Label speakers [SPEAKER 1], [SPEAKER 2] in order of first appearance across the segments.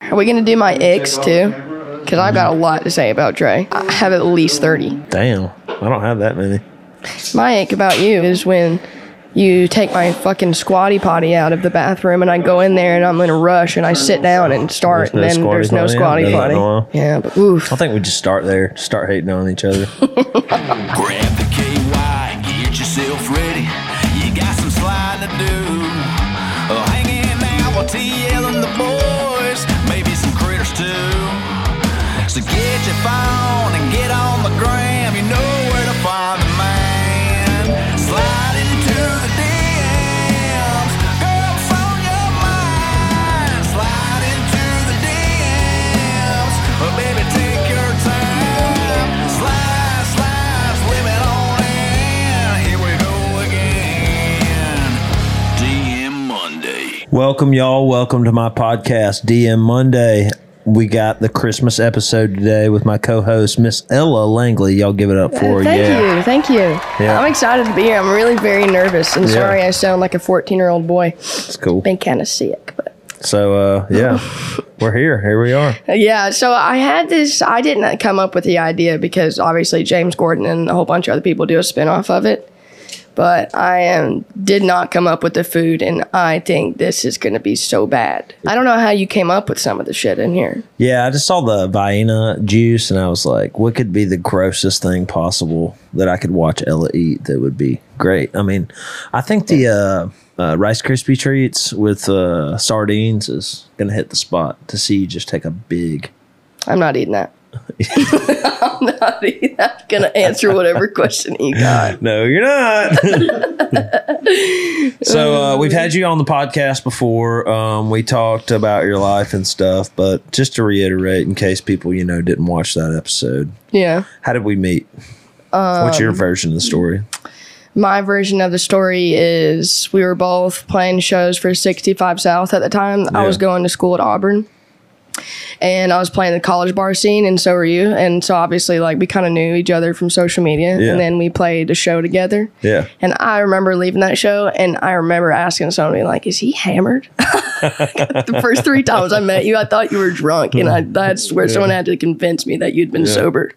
[SPEAKER 1] Are we gonna do my ex too? Because I've got a lot to say about Dre. I have at least thirty.
[SPEAKER 2] Damn, I don't have that many.
[SPEAKER 1] My ache about you is when you take my fucking squatty potty out of the bathroom and I go in there and I'm in a rush and I sit down and start
[SPEAKER 2] There's no
[SPEAKER 1] and then there's no
[SPEAKER 2] squatty
[SPEAKER 1] squatty
[SPEAKER 2] potty? Yeah,
[SPEAKER 1] potty. Yeah,
[SPEAKER 2] I
[SPEAKER 1] but oof.
[SPEAKER 2] I think we just start there. Just start hating on each other.
[SPEAKER 3] Grab the KY, get yourself ready. You got some sliding to do. Oh, hanging out with TL and the boys, maybe some critters too. So get your phone and get on the gram. You know where to find the man. Slide into the DMs. Girls on your mind. Slide into the DMs. Oh, baby, take your time. Slide, slide, slim it on in. Here we go again. DM Monday.
[SPEAKER 2] Welcome, y'all. Welcome to my podcast, DM Monday. We got the Christmas episode today with my co-host Miss Ella Langley. Y'all give it up for her.
[SPEAKER 1] Thank
[SPEAKER 2] yeah.
[SPEAKER 1] you, thank you.
[SPEAKER 2] Yeah.
[SPEAKER 1] I'm excited to be here. I'm really very nervous and
[SPEAKER 2] Yeah.
[SPEAKER 1] sorry I sound like a 14 year old boy.
[SPEAKER 2] It's cool.
[SPEAKER 1] Been kind of sick, but
[SPEAKER 2] So uh, yeah, we're here. Here we are.
[SPEAKER 1] Yeah, so I had this. I didn't come up with the idea because obviously James Gordon and a whole bunch of other people do a spinoff of it. But I am did not come up with the food, and I think this is going to be so bad. I don't know how you came up with some of the shit in here.
[SPEAKER 2] Yeah, I just saw the Vienna juice and I was like, what could be the grossest thing possible that I could watch Ella eat that would be great? I mean, I think the uh, uh, Rice Krispie treats with uh, sardines is going to hit the spot to see you just take a big.
[SPEAKER 1] I'm not eating that. I'm not eating that. I'm gonna answer whatever question you got.
[SPEAKER 2] No, you're not. so uh, we've had you on the podcast before. Um, we talked about your life and stuff, but just to reiterate, in case people, you know, didn't watch that episode,
[SPEAKER 1] Yeah.
[SPEAKER 2] How did we meet? What's
[SPEAKER 1] Um,
[SPEAKER 2] your version of the story?
[SPEAKER 1] my version of the story is we were both playing shows for 65 South at the time. I
[SPEAKER 2] Yeah.
[SPEAKER 1] was going to school at Auburn and I was playing the college bar scene, and so were you. And so obviously, like, we kind of knew each other from social media,
[SPEAKER 2] Yeah.
[SPEAKER 1] and then we played a show together.
[SPEAKER 2] Yeah.
[SPEAKER 1] And I remember leaving that show, and I remember asking somebody, like, is he hammered? the first three times I met you, I thought you were drunk, and I, that's where someone had to convince me that you'd been sober.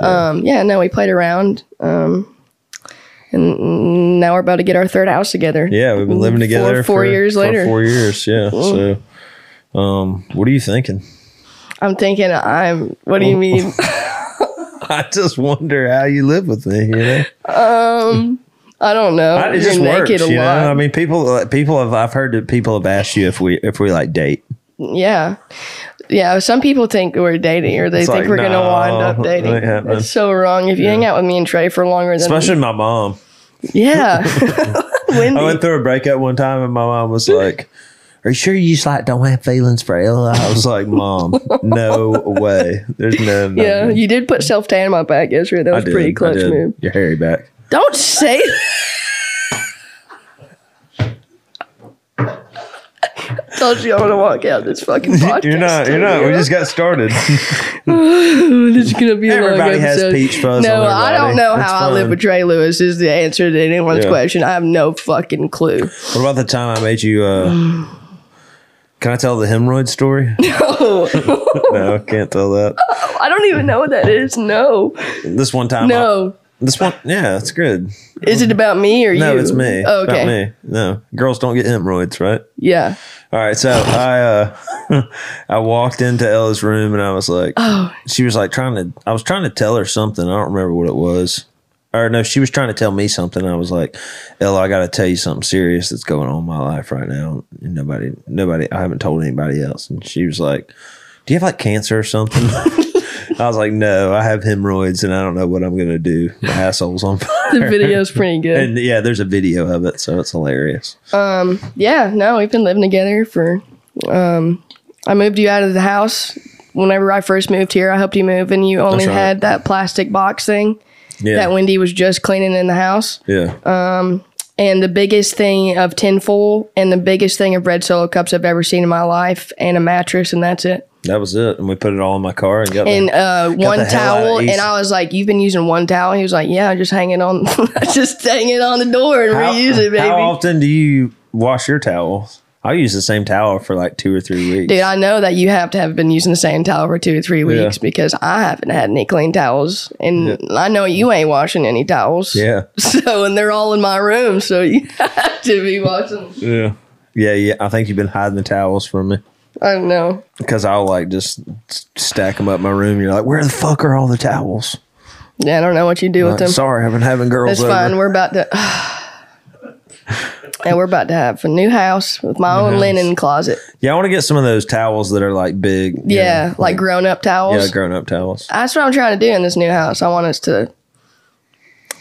[SPEAKER 1] Um, yeah, no, we played around, um, and now we're about to get our third house together.
[SPEAKER 2] Yeah, we've been living
[SPEAKER 1] Four-
[SPEAKER 2] together
[SPEAKER 1] four
[SPEAKER 2] for-
[SPEAKER 1] years
[SPEAKER 2] for
[SPEAKER 1] later.
[SPEAKER 2] four years, yeah. So, um, what are you thinking?
[SPEAKER 1] I'm thinking, I'm. What
[SPEAKER 2] Oh.
[SPEAKER 1] do you mean?
[SPEAKER 2] I just wonder how you live with me. You know,
[SPEAKER 1] I don't know.
[SPEAKER 2] I, it
[SPEAKER 1] You're
[SPEAKER 2] just works.
[SPEAKER 1] naked a
[SPEAKER 2] You know,
[SPEAKER 1] lot.
[SPEAKER 2] I mean, people, uh, people have. I've heard that people have asked you if we, if we like date.
[SPEAKER 1] Yeah. Yeah, some people think we're dating or they
[SPEAKER 2] It's
[SPEAKER 1] think
[SPEAKER 2] like,
[SPEAKER 1] we're going to
[SPEAKER 2] no,
[SPEAKER 1] wind up
[SPEAKER 2] that
[SPEAKER 1] dating.
[SPEAKER 2] ain't happening.
[SPEAKER 1] That's so wrong. If you hang out with me and Trey for longer than
[SPEAKER 2] Especially my mom.
[SPEAKER 1] Yeah. Wendy.
[SPEAKER 2] I went through a breakup one time, and my mom was like. Are you sure you just like don't have feelings for Ella? I was like, Mom, no way. There's no, no
[SPEAKER 1] yeah,
[SPEAKER 2] no.
[SPEAKER 1] you did put self tan on my back yesterday. That
[SPEAKER 2] I
[SPEAKER 1] was
[SPEAKER 2] did,
[SPEAKER 1] pretty
[SPEAKER 2] I
[SPEAKER 1] clutch
[SPEAKER 2] did.
[SPEAKER 1] move.
[SPEAKER 2] Your hairy back.
[SPEAKER 1] Don't say that. Told you I'm gonna walk out this fucking podcast.
[SPEAKER 2] You're not. You're not. We just got started.
[SPEAKER 1] this is gonna be a long
[SPEAKER 2] Everybody has
[SPEAKER 1] episode.
[SPEAKER 2] peach fuzz
[SPEAKER 1] No,
[SPEAKER 2] on their
[SPEAKER 1] I don't
[SPEAKER 2] body.
[SPEAKER 1] know
[SPEAKER 2] It's
[SPEAKER 1] how I live
[SPEAKER 2] fine.
[SPEAKER 1] with Trey Lewis is the answer to anyone's
[SPEAKER 2] Yeah.
[SPEAKER 1] question. I have no fucking clue.
[SPEAKER 2] what about the time I made you? Uh, can I tell the hemorrhoid story? no, I can't tell that.
[SPEAKER 1] I don't even know what that is. No,
[SPEAKER 2] This one time.
[SPEAKER 1] no.
[SPEAKER 2] I- this one. Yeah, it's good.
[SPEAKER 1] Is it about me or
[SPEAKER 2] No,
[SPEAKER 1] you?
[SPEAKER 2] it's me.
[SPEAKER 1] Oh,
[SPEAKER 2] It's
[SPEAKER 1] okay.
[SPEAKER 2] About me. No, girls don't get hemorrhoids, right?
[SPEAKER 1] Yeah.
[SPEAKER 2] All right, so I uh, I walked into Ella's room and I was like, she was like trying to, I was trying to tell her something. I don't remember what it was, or no, she was trying to tell me something. I was like, Ella, I got to tell you something serious that's going on in my life right now. And nobody, nobody, I haven't told anybody else. And she was like, Do you have like cancer or something? I was like, No, I have hemorrhoids and I don't know what I'm gonna do. My asshole's on fire.
[SPEAKER 1] The video's pretty good.
[SPEAKER 2] And yeah, there's a video of it, so it's hilarious.
[SPEAKER 1] yeah, no, we've been living together for. Um, I moved you out of the house whenever I first moved here. I helped you move, and you only
[SPEAKER 2] That's right.
[SPEAKER 1] had that plastic box thing
[SPEAKER 2] Yeah,
[SPEAKER 1] that Wendy was just cleaning in the house.
[SPEAKER 2] yeah.
[SPEAKER 1] And the biggest thing of tinfoil and the biggest thing of red solo cups I've ever seen in my life, and a mattress, and that's it.
[SPEAKER 2] That was it, and we put it all in my car and got.
[SPEAKER 1] And uh, one
[SPEAKER 2] the hell out of
[SPEAKER 1] towel,
[SPEAKER 2] East-
[SPEAKER 1] and I was like, "You've been using one towel." He was like, "Yeah, I just hang it on, I just hang it on the door and reuse it, baby."
[SPEAKER 2] How often do you wash your towels? I use the same towel for like two or three weeks.
[SPEAKER 1] Dude, I know that you have to have been using the same towel for two or three
[SPEAKER 2] Yeah.
[SPEAKER 1] weeks because I haven't had any clean towels. And I know you ain't washing any towels.
[SPEAKER 2] yeah.
[SPEAKER 1] So, and they're all in my room. So you have to be washing.
[SPEAKER 2] Yeah. Yeah, yeah. I think you've been hiding the towels from me
[SPEAKER 1] I don't know.
[SPEAKER 2] because I'll like just s- stack them up in my room. You're like, where the fuck are all the towels?
[SPEAKER 1] Yeah, I don't know what you do with
[SPEAKER 2] Like,
[SPEAKER 1] them.
[SPEAKER 2] Sorry, I've been having girls
[SPEAKER 1] It's
[SPEAKER 2] over.
[SPEAKER 1] fine. We're about to. and we're about to have a new house with my own
[SPEAKER 2] house.
[SPEAKER 1] linen closet.
[SPEAKER 2] Yeah, I want to get some of those towels that are like big. you
[SPEAKER 1] Yeah,
[SPEAKER 2] know,
[SPEAKER 1] like grown up towels.
[SPEAKER 2] yeah, grown up towels.
[SPEAKER 1] That's what I'm trying to do in this new house. I want us to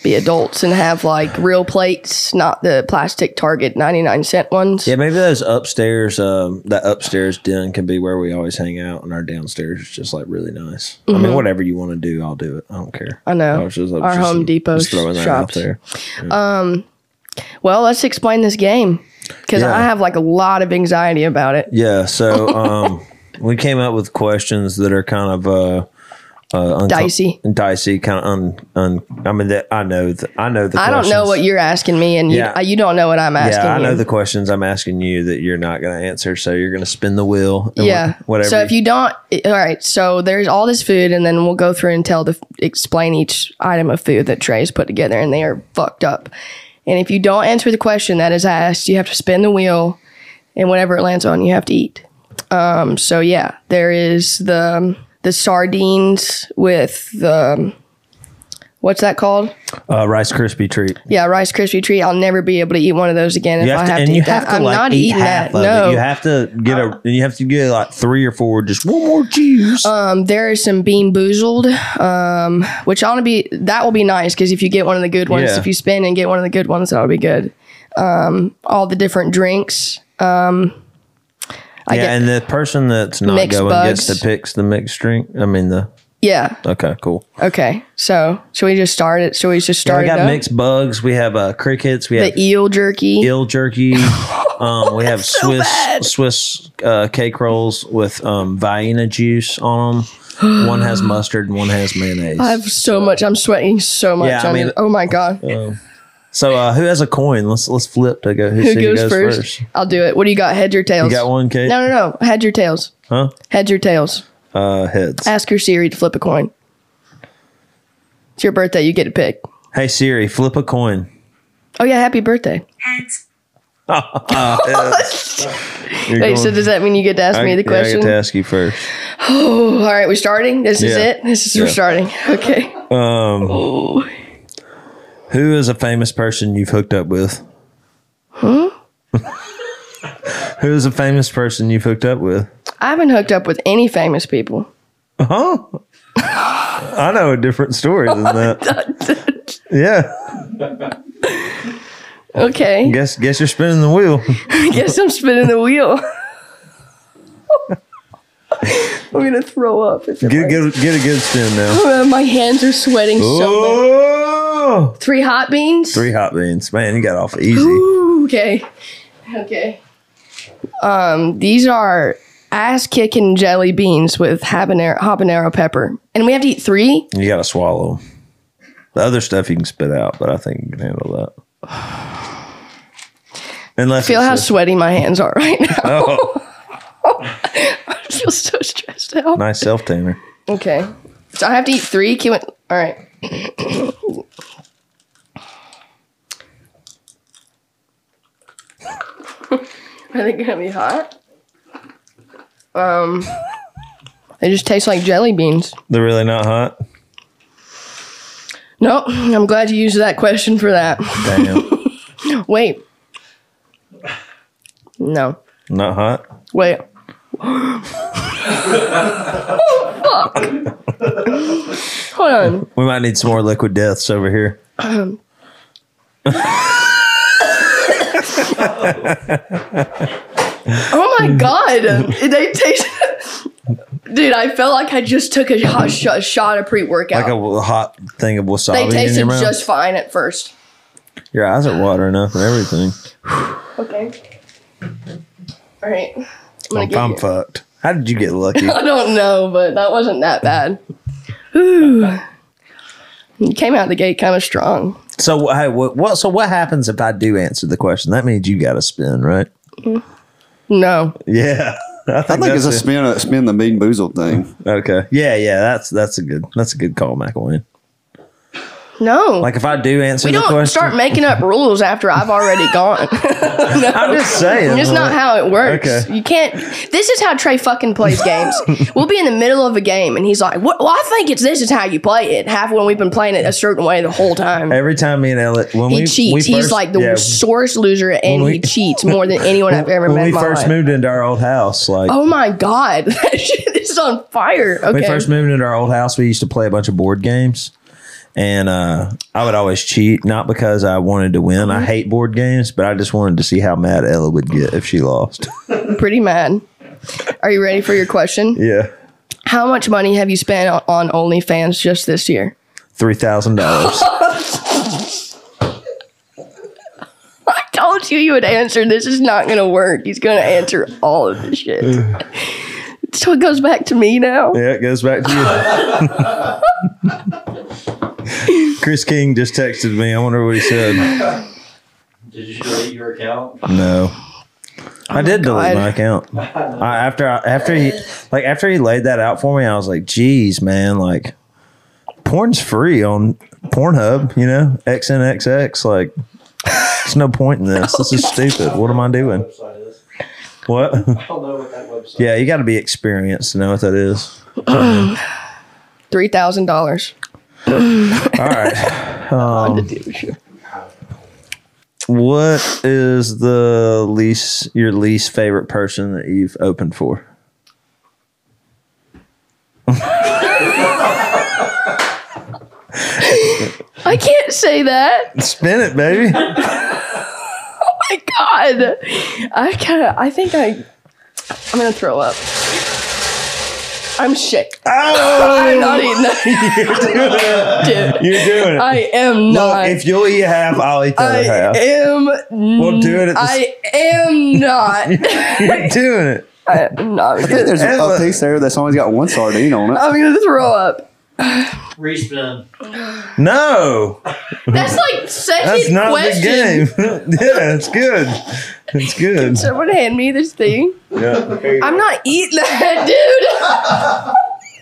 [SPEAKER 1] be adults and have like real plates, not the plastic Target 99 cent ones.
[SPEAKER 2] Yeah, maybe those upstairs, um, that upstairs den can be where we always hang out, and our downstairs is just like really nice. I mean, whatever you want to do, I'll do it. I don't care.
[SPEAKER 1] Mm-hmm. I know.
[SPEAKER 2] was just- I was
[SPEAKER 1] Our
[SPEAKER 2] just-
[SPEAKER 1] Home Depot
[SPEAKER 2] just throwing that
[SPEAKER 1] shops.
[SPEAKER 2] out there.
[SPEAKER 1] Well, let's explain this game because
[SPEAKER 2] Yeah.
[SPEAKER 1] I have like a lot of anxiety about it.
[SPEAKER 2] Yeah, so um, we came up with questions that are kind of uh, uh, uncom-
[SPEAKER 1] Dicey.
[SPEAKER 2] dicey, kind of un, un. I mean, that I know that I know the.
[SPEAKER 1] I don't know
[SPEAKER 2] questions.
[SPEAKER 1] what you're asking me, and
[SPEAKER 2] Yeah.
[SPEAKER 1] you, you don't know what I'm asking.
[SPEAKER 2] Yeah, I know
[SPEAKER 1] you.
[SPEAKER 2] the questions I'm asking you that you're not going to answer, so you're going to spin the wheel. and
[SPEAKER 1] Yeah.
[SPEAKER 2] wha- whatever.
[SPEAKER 1] So if you don't, all right. So there's all this food, and then we'll go through and tell the explain each item of food that Trey's put together, and they are fucked up. And if you don't answer the question that is asked, you have to spin the wheel, and whatever it lands on, you have to eat. Um. So yeah, there is the the sardines with the what's that called?
[SPEAKER 2] uh, Rice Krispie treat.
[SPEAKER 1] Yeah, Rice Krispie treat. I'll never be able to eat one of those again if
[SPEAKER 2] You have
[SPEAKER 1] I
[SPEAKER 2] to,
[SPEAKER 1] have
[SPEAKER 2] and
[SPEAKER 1] to
[SPEAKER 2] you
[SPEAKER 1] eat that.
[SPEAKER 2] have to
[SPEAKER 1] I'm
[SPEAKER 2] like
[SPEAKER 1] not
[SPEAKER 2] eat
[SPEAKER 1] eating
[SPEAKER 2] half
[SPEAKER 1] that.
[SPEAKER 2] of
[SPEAKER 1] No,
[SPEAKER 2] it. You have to get a. you have to get like three or four. Just one more juice.
[SPEAKER 1] Um, there is some bean boozled, um, which I want to be. That will be nice because if you get one of the good ones,
[SPEAKER 2] Yeah.
[SPEAKER 1] if you spin and get one of the good ones, that'll be good. Um, all the different drinks. Um, I
[SPEAKER 2] yeah,
[SPEAKER 1] get,
[SPEAKER 2] and the person that's not
[SPEAKER 1] Mixed
[SPEAKER 2] going
[SPEAKER 1] bugs.
[SPEAKER 2] gets to pick the mixed drink. I mean the.
[SPEAKER 1] yeah.
[SPEAKER 2] Okay, cool.
[SPEAKER 1] Okay. So should we just start it? Should we just
[SPEAKER 2] I
[SPEAKER 1] start
[SPEAKER 2] got
[SPEAKER 1] it up?
[SPEAKER 2] mixed bugs. We have uh, crickets. We have
[SPEAKER 1] the eel jerky.
[SPEAKER 2] eel jerky. Um, we have Swiss Swiss uh, cake rolls with um, Vienna juice on them. one has mustard and one has mayonnaise.
[SPEAKER 1] I have so much. I'm sweating so much.
[SPEAKER 2] Yeah, I
[SPEAKER 1] on
[SPEAKER 2] mean-
[SPEAKER 1] it. oh my god.
[SPEAKER 2] so uh, who has a coin? Let's let's flip to go. Who,
[SPEAKER 1] Who
[SPEAKER 2] see
[SPEAKER 1] goes, first? I'll do it. What do you got? Heads or tails?
[SPEAKER 2] You got one, Kate?
[SPEAKER 1] No, no, no. Heads or tails?
[SPEAKER 2] Huh?
[SPEAKER 1] Heads or tails?
[SPEAKER 2] Uh, heads.
[SPEAKER 1] Ask your Siri to flip a coin. It's your birthday. You get to pick.
[SPEAKER 2] Hey Siri, flip a coin.
[SPEAKER 1] Oh yeah, happy birthday.
[SPEAKER 4] Heads.
[SPEAKER 2] You're
[SPEAKER 1] Wait,
[SPEAKER 2] going-
[SPEAKER 1] so does that mean you get to ask
[SPEAKER 2] I-
[SPEAKER 1] me the
[SPEAKER 2] yeah, I
[SPEAKER 1] question?
[SPEAKER 2] get to ask you first.
[SPEAKER 1] Oh, all right, we're starting. This is
[SPEAKER 2] Yeah.
[SPEAKER 1] it. This is we're
[SPEAKER 2] Yeah.
[SPEAKER 1] starting. Okay.
[SPEAKER 2] Who is a famous person you've hooked up with? Huh? Who is a famous person you've hooked up with?
[SPEAKER 1] I haven't hooked up with any famous people.
[SPEAKER 2] Huh? I know a different story
[SPEAKER 1] Oh,
[SPEAKER 2] than that. yeah.
[SPEAKER 1] Okay.
[SPEAKER 2] Guess guess you're spinning the wheel.
[SPEAKER 1] I guess I'm spinning the wheel. I'm gonna throw up. If it
[SPEAKER 2] Get a
[SPEAKER 1] rains.
[SPEAKER 2] good get a good spin now.
[SPEAKER 1] Uh, my hands are sweating so much.
[SPEAKER 2] Oh!
[SPEAKER 1] Three hot beans.
[SPEAKER 2] Three hot beans. Man, you got off easy.
[SPEAKER 1] Ooh, okay. Okay. Um, these are ass kicking jelly beans with habanero habanero pepper, and we have to eat three.
[SPEAKER 2] You gotta swallow. The other stuff you can spit out, but I think you can handle that. Unless
[SPEAKER 1] Feel
[SPEAKER 2] it's
[SPEAKER 1] how
[SPEAKER 2] just-
[SPEAKER 1] sweaty my hands are right now.
[SPEAKER 2] oh,
[SPEAKER 1] I feel so stressed out.
[SPEAKER 2] nice self tamer.
[SPEAKER 1] Okay. So I have to eat three. Can we, all right. Are they gonna be hot? Um, they just taste like jelly beans.
[SPEAKER 2] They're really not hot.
[SPEAKER 1] Nope. I'm glad you used that question for that.
[SPEAKER 2] Damn,
[SPEAKER 1] Wait. No.
[SPEAKER 2] not hot.
[SPEAKER 1] Wait. oh fuck! Hold on.
[SPEAKER 2] We might need some more liquid deaths over here.
[SPEAKER 1] Oh my god, they taste. Dude, I felt like I just took a hot sh- a shot of pre
[SPEAKER 2] Like
[SPEAKER 1] workout.
[SPEAKER 2] a hot thing of wasabi
[SPEAKER 1] They
[SPEAKER 2] in your
[SPEAKER 1] tasted
[SPEAKER 2] mouth.
[SPEAKER 1] just fine at first.
[SPEAKER 2] your eyes are watering up and everything.
[SPEAKER 1] Okay. All right. I'm gonna
[SPEAKER 2] I'm,
[SPEAKER 1] get
[SPEAKER 2] I'm
[SPEAKER 1] you.
[SPEAKER 2] fucked. How did you get lucky?
[SPEAKER 1] I don't know, but that wasn't that bad. Ooh. You came out the gate kind of strong.
[SPEAKER 2] so hey, what, what? So what happens if I do answer the question? That means you got to spin, right?
[SPEAKER 1] No.
[SPEAKER 2] Yeah. I think,
[SPEAKER 4] I think it's
[SPEAKER 2] that's
[SPEAKER 4] a
[SPEAKER 2] it.
[SPEAKER 4] spin, a spin the mean boozled thing.
[SPEAKER 2] Okay. Yeah, yeah. That's that's a good that's a good call, McElwain.
[SPEAKER 1] No.
[SPEAKER 2] Like if I do answer
[SPEAKER 1] we
[SPEAKER 2] the
[SPEAKER 1] don't
[SPEAKER 2] question,
[SPEAKER 1] start making up rules after I've already gone. No.
[SPEAKER 2] I'm just saying.
[SPEAKER 1] It's not
[SPEAKER 2] like-
[SPEAKER 1] how it works.
[SPEAKER 2] uh-huh. Okay.
[SPEAKER 1] You can't. This is how Trey fucking plays games. we'll be in the middle of a game and he's like, "What- "Well, I think it's this is how you play it." Half when we've been playing it a certain way the whole time.
[SPEAKER 2] Every time me and Elliot, when
[SPEAKER 1] he
[SPEAKER 2] we,
[SPEAKER 1] cheats.
[SPEAKER 2] we
[SPEAKER 1] he's
[SPEAKER 2] first-
[SPEAKER 1] like the
[SPEAKER 2] yeah,
[SPEAKER 1] sorest loser, and
[SPEAKER 2] When we-
[SPEAKER 1] he cheats more than anyone I've ever
[SPEAKER 2] when
[SPEAKER 1] met.
[SPEAKER 2] we
[SPEAKER 1] in my
[SPEAKER 2] first
[SPEAKER 1] life.
[SPEAKER 2] moved into our old house, like
[SPEAKER 1] Oh my god, that shit is on fire. Okay.
[SPEAKER 2] when we first moved into our old house, we used to play a bunch of board games, and uh, I would always cheat, not because I wanted to win.
[SPEAKER 1] Uh-huh.
[SPEAKER 2] I hate board games, but I just wanted to see how mad Ella would get if she lost.
[SPEAKER 1] Pretty mad. Are you ready for your question?
[SPEAKER 2] yeah,
[SPEAKER 1] How much money have you spent on- on OnlyFans just this year?
[SPEAKER 2] three thousand dollars.
[SPEAKER 1] I told you you would answer. This is not going to work. He's going to answer all of this shit. so it goes back to me now.
[SPEAKER 2] Yeah, it goes back to you. Chris King just texted me. I wonder what he said.
[SPEAKER 5] Did you delete your account?
[SPEAKER 2] No. I did delete
[SPEAKER 1] God.
[SPEAKER 2] my account. I, after I, after he like after he laid that out for me, I was like, "Geez, man! Like, porn's free on Pornhub, you know, XNXX. Like, there's no point in this. This is stupid. What am I doing?
[SPEAKER 5] Website is.
[SPEAKER 2] What?
[SPEAKER 5] I don't know what that website
[SPEAKER 2] Yeah, you got to be experienced to know what that is.
[SPEAKER 1] $3,000.
[SPEAKER 2] All right.
[SPEAKER 1] on the dealership.
[SPEAKER 2] What is the least your least favorite person that you've opened for?
[SPEAKER 1] I can't say that.
[SPEAKER 2] Spin it, baby.
[SPEAKER 1] My God. I kind of, I think I, I'm going to throw up. I'm sick. I'm not eating that. Dude,
[SPEAKER 2] Ah, You're doing it.
[SPEAKER 1] I am not.
[SPEAKER 2] if you'll eat half, I'll eat the
[SPEAKER 1] I
[SPEAKER 2] other half.
[SPEAKER 1] am.
[SPEAKER 2] We'll do it at the s-
[SPEAKER 1] I am not.
[SPEAKER 2] You're doing it.
[SPEAKER 1] I am not.
[SPEAKER 4] I think there's a,
[SPEAKER 2] Ella-
[SPEAKER 4] a piece there that's only got one sardine on it.
[SPEAKER 1] I'm gonna throw up.
[SPEAKER 5] Respin.
[SPEAKER 2] No,
[SPEAKER 1] That's like second
[SPEAKER 2] that's not
[SPEAKER 1] question.
[SPEAKER 2] the game. yeah, it's good. It's good.
[SPEAKER 1] Someone hand me this thing.
[SPEAKER 2] Yeah.
[SPEAKER 1] I'm not eating that,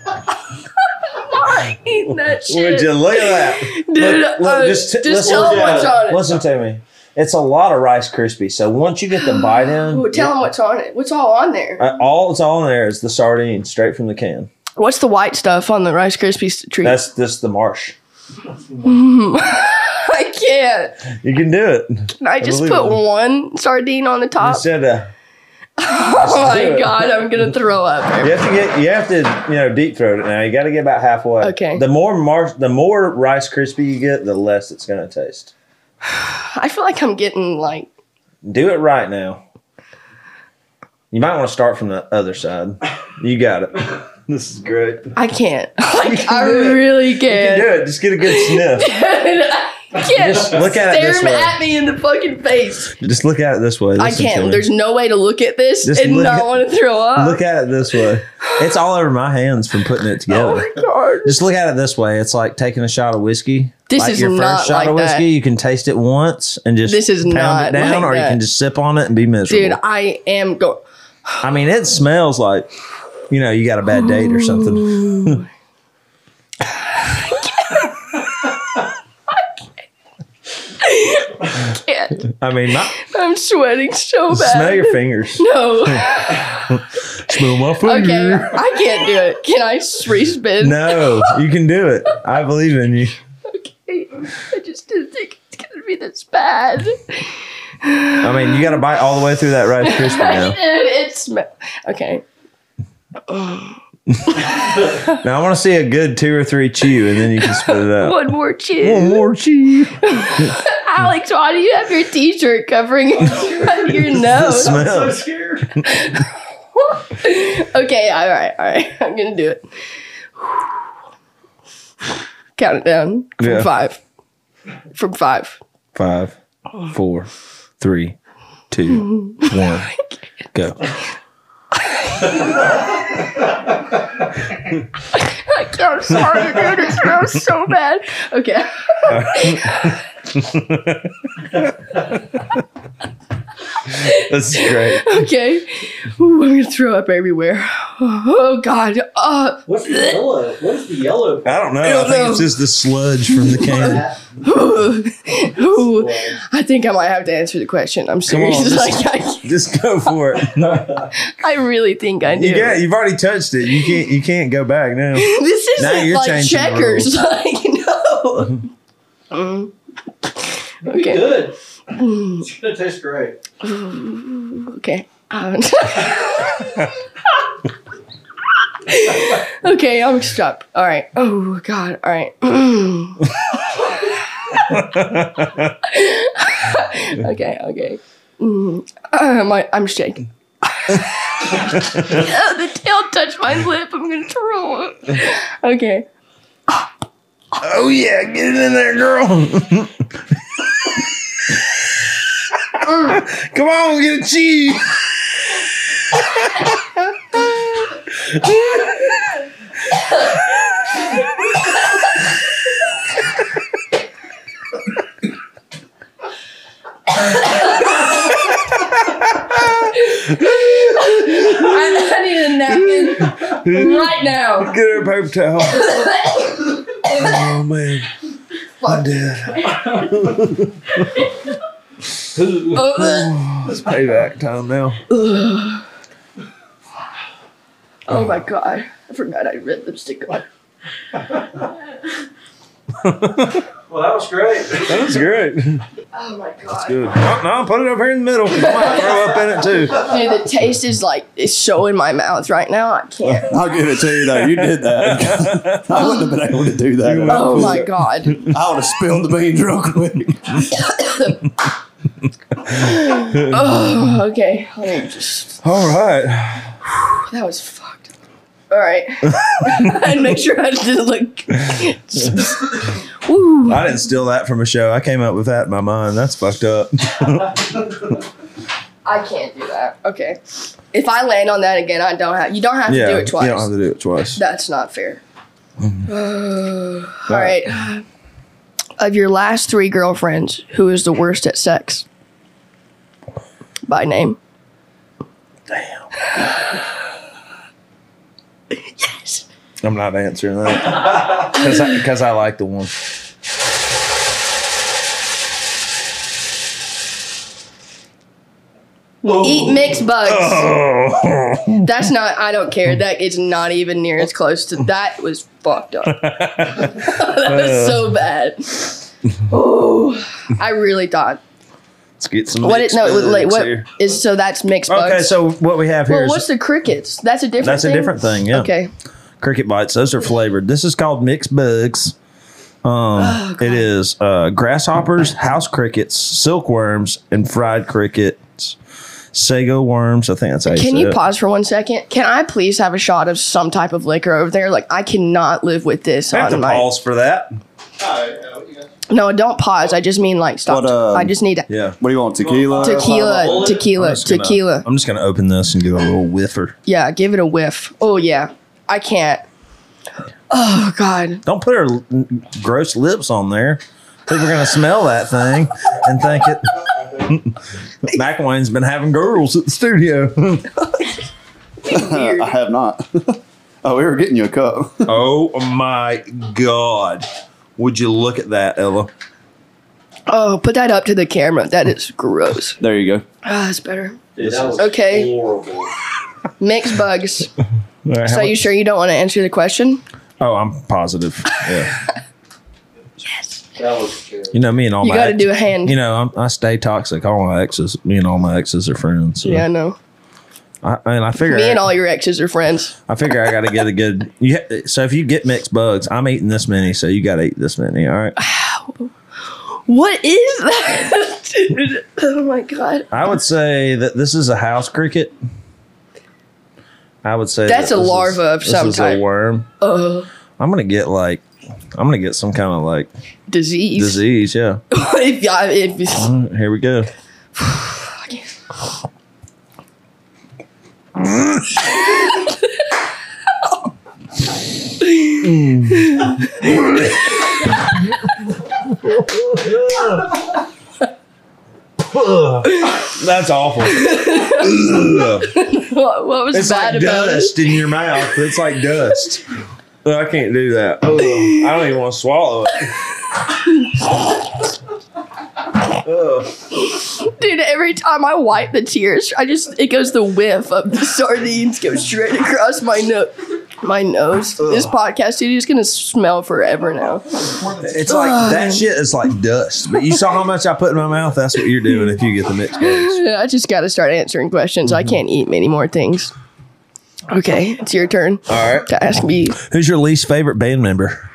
[SPEAKER 1] dude. I'm not eating that shit.
[SPEAKER 2] Would you look at that?
[SPEAKER 1] dude, uh,
[SPEAKER 2] just
[SPEAKER 1] just,
[SPEAKER 2] t- listen
[SPEAKER 1] tell
[SPEAKER 2] to
[SPEAKER 1] them what's
[SPEAKER 2] that.
[SPEAKER 1] on it.
[SPEAKER 2] Listen to me. It's a lot of Rice Krispies. So once you get the bite in,
[SPEAKER 1] Ooh, tell them what's on it. What's all on there?
[SPEAKER 2] uh, all it's all in there is the sardines straight from the can.
[SPEAKER 1] What's the white stuff on the Rice Krispies treat?
[SPEAKER 2] That's this the marsh.
[SPEAKER 1] I can't.
[SPEAKER 2] You can do it.
[SPEAKER 1] Can I just
[SPEAKER 2] believe
[SPEAKER 1] put
[SPEAKER 2] it.
[SPEAKER 1] one sardine on the top?
[SPEAKER 2] Instead of
[SPEAKER 1] Oh
[SPEAKER 2] do
[SPEAKER 1] my
[SPEAKER 2] it.
[SPEAKER 1] god, I'm gonna throw up.
[SPEAKER 2] You have to get you have to you know deep throat it now. You got to get about halfway.
[SPEAKER 1] Okay.
[SPEAKER 2] The more mar- the more Rice Krispie you get, the less it's gonna taste.
[SPEAKER 1] I feel like I'm getting like
[SPEAKER 2] Do it right now. You might want to start from the other side. You got it. This is great. You
[SPEAKER 1] I can't. Like
[SPEAKER 2] can
[SPEAKER 1] I
[SPEAKER 2] do it.
[SPEAKER 1] really
[SPEAKER 2] can do
[SPEAKER 1] can't.
[SPEAKER 2] it. Just get a good sniff.
[SPEAKER 1] I can't.
[SPEAKER 2] Just look at it
[SPEAKER 1] Stare
[SPEAKER 2] this
[SPEAKER 1] him
[SPEAKER 2] way.
[SPEAKER 1] at me in the fucking face.
[SPEAKER 2] Just look at it this way.
[SPEAKER 1] I
[SPEAKER 2] Listen to me.
[SPEAKER 1] can't. There's no way to look at this
[SPEAKER 2] Just
[SPEAKER 1] and
[SPEAKER 2] look
[SPEAKER 1] not
[SPEAKER 2] at-
[SPEAKER 1] want to throw up.
[SPEAKER 2] look at it this way. It's all over my hands from putting it
[SPEAKER 1] oh
[SPEAKER 2] together.
[SPEAKER 1] my god.
[SPEAKER 2] Just look at it this way. It's like taking a shot of whiskey.
[SPEAKER 1] This
[SPEAKER 2] like
[SPEAKER 1] is
[SPEAKER 2] your
[SPEAKER 1] not
[SPEAKER 2] first shot
[SPEAKER 1] like
[SPEAKER 2] of whiskey.
[SPEAKER 1] that.
[SPEAKER 2] You can taste it once and just
[SPEAKER 1] This is
[SPEAKER 2] pound
[SPEAKER 1] not
[SPEAKER 2] it down,
[SPEAKER 1] like
[SPEAKER 2] or you
[SPEAKER 1] that.
[SPEAKER 2] can just sip on it and be miserable.
[SPEAKER 1] Dude, I am going.
[SPEAKER 2] I mean, it smells like you know you got a bad date or something.
[SPEAKER 1] Can't.
[SPEAKER 2] I mean, my,
[SPEAKER 1] I'm sweating so bad.
[SPEAKER 2] smell your fingers.
[SPEAKER 1] no.
[SPEAKER 2] smell my
[SPEAKER 1] Okay. I can't do it. Can I respin?
[SPEAKER 2] No, you can do it. I believe in you.
[SPEAKER 1] I just didn't think it's gonna be this bad.
[SPEAKER 2] I mean, you got to bite all the way through that Rice Krispie now.
[SPEAKER 1] Dude, it smells. Okay.
[SPEAKER 2] Now I want to see a good two or three chew, and then you can spit it out.
[SPEAKER 1] One more
[SPEAKER 2] One
[SPEAKER 1] chew.
[SPEAKER 2] more chew.
[SPEAKER 1] Alex, why do you have your t shirt covering your
[SPEAKER 2] The
[SPEAKER 1] nose?
[SPEAKER 5] So
[SPEAKER 2] smell.
[SPEAKER 5] scared.
[SPEAKER 1] Okay, all right, all right. I'm gonna do it. Count it down from
[SPEAKER 2] Yeah.
[SPEAKER 1] five. From five.
[SPEAKER 2] Five, four, three, two, one, go.
[SPEAKER 1] I can't, I'm sorry, dude. It smells so bad. Okay.
[SPEAKER 2] This is great.
[SPEAKER 1] Okay. Ooh, I'm going to throw up everywhere. Oh, God. Uh,
[SPEAKER 5] What's the yellow? What is the yellow?
[SPEAKER 2] I don't know.
[SPEAKER 1] I
[SPEAKER 2] I,
[SPEAKER 1] don't
[SPEAKER 2] think
[SPEAKER 1] know.
[SPEAKER 2] it's just the sludge from the can.
[SPEAKER 5] That
[SPEAKER 1] ooh.
[SPEAKER 5] was-
[SPEAKER 1] I think I might have to answer the question. I'm
[SPEAKER 2] Come on,
[SPEAKER 1] serious.
[SPEAKER 2] just-
[SPEAKER 1] like, I,
[SPEAKER 2] just go for it.
[SPEAKER 1] I really think I do.
[SPEAKER 2] You got, you've already touched it. You can't. You can't go back now.
[SPEAKER 1] This
[SPEAKER 2] Now
[SPEAKER 1] isn't
[SPEAKER 2] you're
[SPEAKER 1] like
[SPEAKER 2] changing the
[SPEAKER 1] checkers.
[SPEAKER 2] rules.
[SPEAKER 1] Like, no. Mm.
[SPEAKER 5] Be
[SPEAKER 1] Okay.
[SPEAKER 5] Good.
[SPEAKER 1] Mm.
[SPEAKER 5] It's gonna taste great.
[SPEAKER 1] Okay. Um, okay, I'm stuck. All right. Oh God. All right. Mm. okay. Okay. Mm. Uh, my, I'm shaking. oh, the tail touched my lip. I'm gonna throw up. Okay.
[SPEAKER 2] Oh yeah, get it in there, girl. Come on, get a cheese.
[SPEAKER 1] I, I need a napkin right now.
[SPEAKER 2] Get her a paper towel. oh man, I'm dead.
[SPEAKER 1] Oh,
[SPEAKER 2] It's payback time now.
[SPEAKER 1] oh my God. I forgot I had red lipstick on.
[SPEAKER 5] Well, that was great.
[SPEAKER 2] That was great.
[SPEAKER 1] Oh my God.
[SPEAKER 2] Good. No, no, put it over here in the middle. I might throw up in it too.
[SPEAKER 1] Dude, the taste is like it's so in my mouth right now. I can't.
[SPEAKER 4] I'll give it to you though. You did that. I wouldn't have been able to do that.
[SPEAKER 1] Oh my god.
[SPEAKER 4] I would have spilled the beans real quick.
[SPEAKER 1] Oh, okay. Let me just.
[SPEAKER 2] All right.
[SPEAKER 1] That was fucked. All right. and make sure I didn't look. Woo.
[SPEAKER 2] I didn't steal that from a show. I came up with that in my mind. That's fucked up.
[SPEAKER 1] I can't do that. Okay. If I land on that again, I don't have. You don't have to
[SPEAKER 2] yeah,
[SPEAKER 1] do it
[SPEAKER 2] you
[SPEAKER 1] twice.
[SPEAKER 2] don't have to do it twice.
[SPEAKER 1] That's not fair.
[SPEAKER 2] Mm-hmm.
[SPEAKER 1] all right. Of your last three girlfriends, who is the worst at sex? By name.
[SPEAKER 2] Damn.
[SPEAKER 1] Yes.
[SPEAKER 2] I'm not answering that because I, like the one.
[SPEAKER 1] Eat mixed bugs.
[SPEAKER 2] Oh,
[SPEAKER 1] That's not. I don't care. That it's not even near as close to that. Was fucked up. that was so bad. Oh, I really thought.
[SPEAKER 2] let's get some.
[SPEAKER 1] What it
[SPEAKER 2] mixed
[SPEAKER 1] no like
[SPEAKER 2] bugs
[SPEAKER 1] what
[SPEAKER 2] here.
[SPEAKER 1] is so that's mixed bugs.
[SPEAKER 2] Okay, so what we have here
[SPEAKER 1] well,
[SPEAKER 2] is
[SPEAKER 1] what's the crickets? That's a different.
[SPEAKER 2] That's a
[SPEAKER 1] thing?
[SPEAKER 2] different thing, yeah.
[SPEAKER 1] Okay.
[SPEAKER 2] cricket bites. Those are flavored. This is called mixed bugs. Um,
[SPEAKER 1] Oh,
[SPEAKER 2] it is uh, grasshoppers, house crickets, silkworms, and fried crickets. Sago worms. I think that's how you
[SPEAKER 1] Can
[SPEAKER 2] say
[SPEAKER 1] you
[SPEAKER 2] it.
[SPEAKER 1] pause for one second? Can I please have a shot of some type of liquor over there? Like I cannot live with this
[SPEAKER 2] I have to
[SPEAKER 1] on my.
[SPEAKER 2] pause for that.
[SPEAKER 1] No, don't pause. I just mean like stop.
[SPEAKER 4] What, um,
[SPEAKER 1] I just need
[SPEAKER 2] Yeah. uh,
[SPEAKER 4] What do you want? Tequila?
[SPEAKER 1] tequila, tequila, tequila.
[SPEAKER 2] I'm just gonna open this and give it a little whiffer.
[SPEAKER 1] Yeah, give it a whiff. Oh yeah, I can't. Oh god,
[SPEAKER 2] Don't put her l- gross lips on there. People are gonna smell that thing and think it. McWayne's been having girls at the studio.
[SPEAKER 4] I have not. oh, we were getting you a cup.
[SPEAKER 2] oh my god! Would you look at that, Ella?
[SPEAKER 1] Oh, put that up to the camera. That is gross.
[SPEAKER 4] there you go.
[SPEAKER 1] Ah, it's better.
[SPEAKER 5] Dude, that was
[SPEAKER 1] Okay.
[SPEAKER 5] horrible.
[SPEAKER 1] Mixed bugs. So you sure you don't want to answer the question?
[SPEAKER 2] oh, I'm positive. Yeah.
[SPEAKER 5] That was terrible.
[SPEAKER 2] You know me and all
[SPEAKER 1] You
[SPEAKER 2] my.
[SPEAKER 1] got to
[SPEAKER 2] ex-
[SPEAKER 1] do a hand.
[SPEAKER 2] You know I'm, I stay toxic. All my exes, me and all my exes are friends. so
[SPEAKER 1] yeah, I know.
[SPEAKER 2] I, I mean, I figure
[SPEAKER 1] Me and all your exes are friends.
[SPEAKER 2] I figure I got to get a good. You ha- so if you get mixed bugs, I'm eating this many, so you got to eat this many. All right.
[SPEAKER 1] What is that? Dude. Oh my god.
[SPEAKER 2] I would say that this is a house cricket. I would say
[SPEAKER 1] That's
[SPEAKER 2] that
[SPEAKER 1] a
[SPEAKER 2] this
[SPEAKER 1] larva
[SPEAKER 2] is-
[SPEAKER 1] of
[SPEAKER 2] this
[SPEAKER 1] some
[SPEAKER 2] is
[SPEAKER 1] type.
[SPEAKER 2] a worm.
[SPEAKER 1] Uh,
[SPEAKER 2] I'm gonna get like, I'm gonna get some kind of like
[SPEAKER 1] disease.
[SPEAKER 2] disease. Yeah.
[SPEAKER 1] if, I- if,
[SPEAKER 2] All right, here we go. That's awful.
[SPEAKER 1] What, what was
[SPEAKER 2] It's
[SPEAKER 1] bad
[SPEAKER 2] like
[SPEAKER 1] about it?
[SPEAKER 2] dust in your mouth. It's like dust. I can't do that. Ugh. I don't even want to swallow it. Ugh.
[SPEAKER 1] Dude, every time I wipe the tears, I just it goes the whiff of the sardines goes straight across my nose. My nose. This podcast dude is gonna smell forever now.
[SPEAKER 2] It's like that shit is like dust. But you saw how much I put in my mouth. That's what you're doing if you get the mixed case.
[SPEAKER 1] I just gotta start answering questions.
[SPEAKER 2] Mm-hmm.
[SPEAKER 1] I can't eat many more things. Okay, it's your turn. All
[SPEAKER 2] right.
[SPEAKER 1] To ask me.
[SPEAKER 2] Who's your least favorite band member?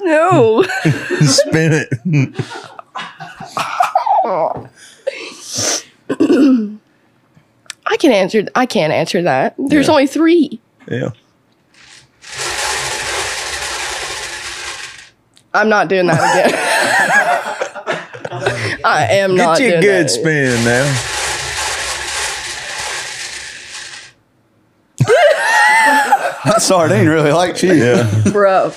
[SPEAKER 1] No.
[SPEAKER 2] Spin it.
[SPEAKER 1] I can answer I can't answer that. There's
[SPEAKER 2] Yeah.
[SPEAKER 1] only three.
[SPEAKER 2] Yeah.
[SPEAKER 1] I'm not doing that again. I am not
[SPEAKER 2] Get you
[SPEAKER 1] doing
[SPEAKER 2] a good
[SPEAKER 1] that.
[SPEAKER 2] spin now.
[SPEAKER 4] That sardine really liked you.
[SPEAKER 2] Yeah.
[SPEAKER 1] Bro.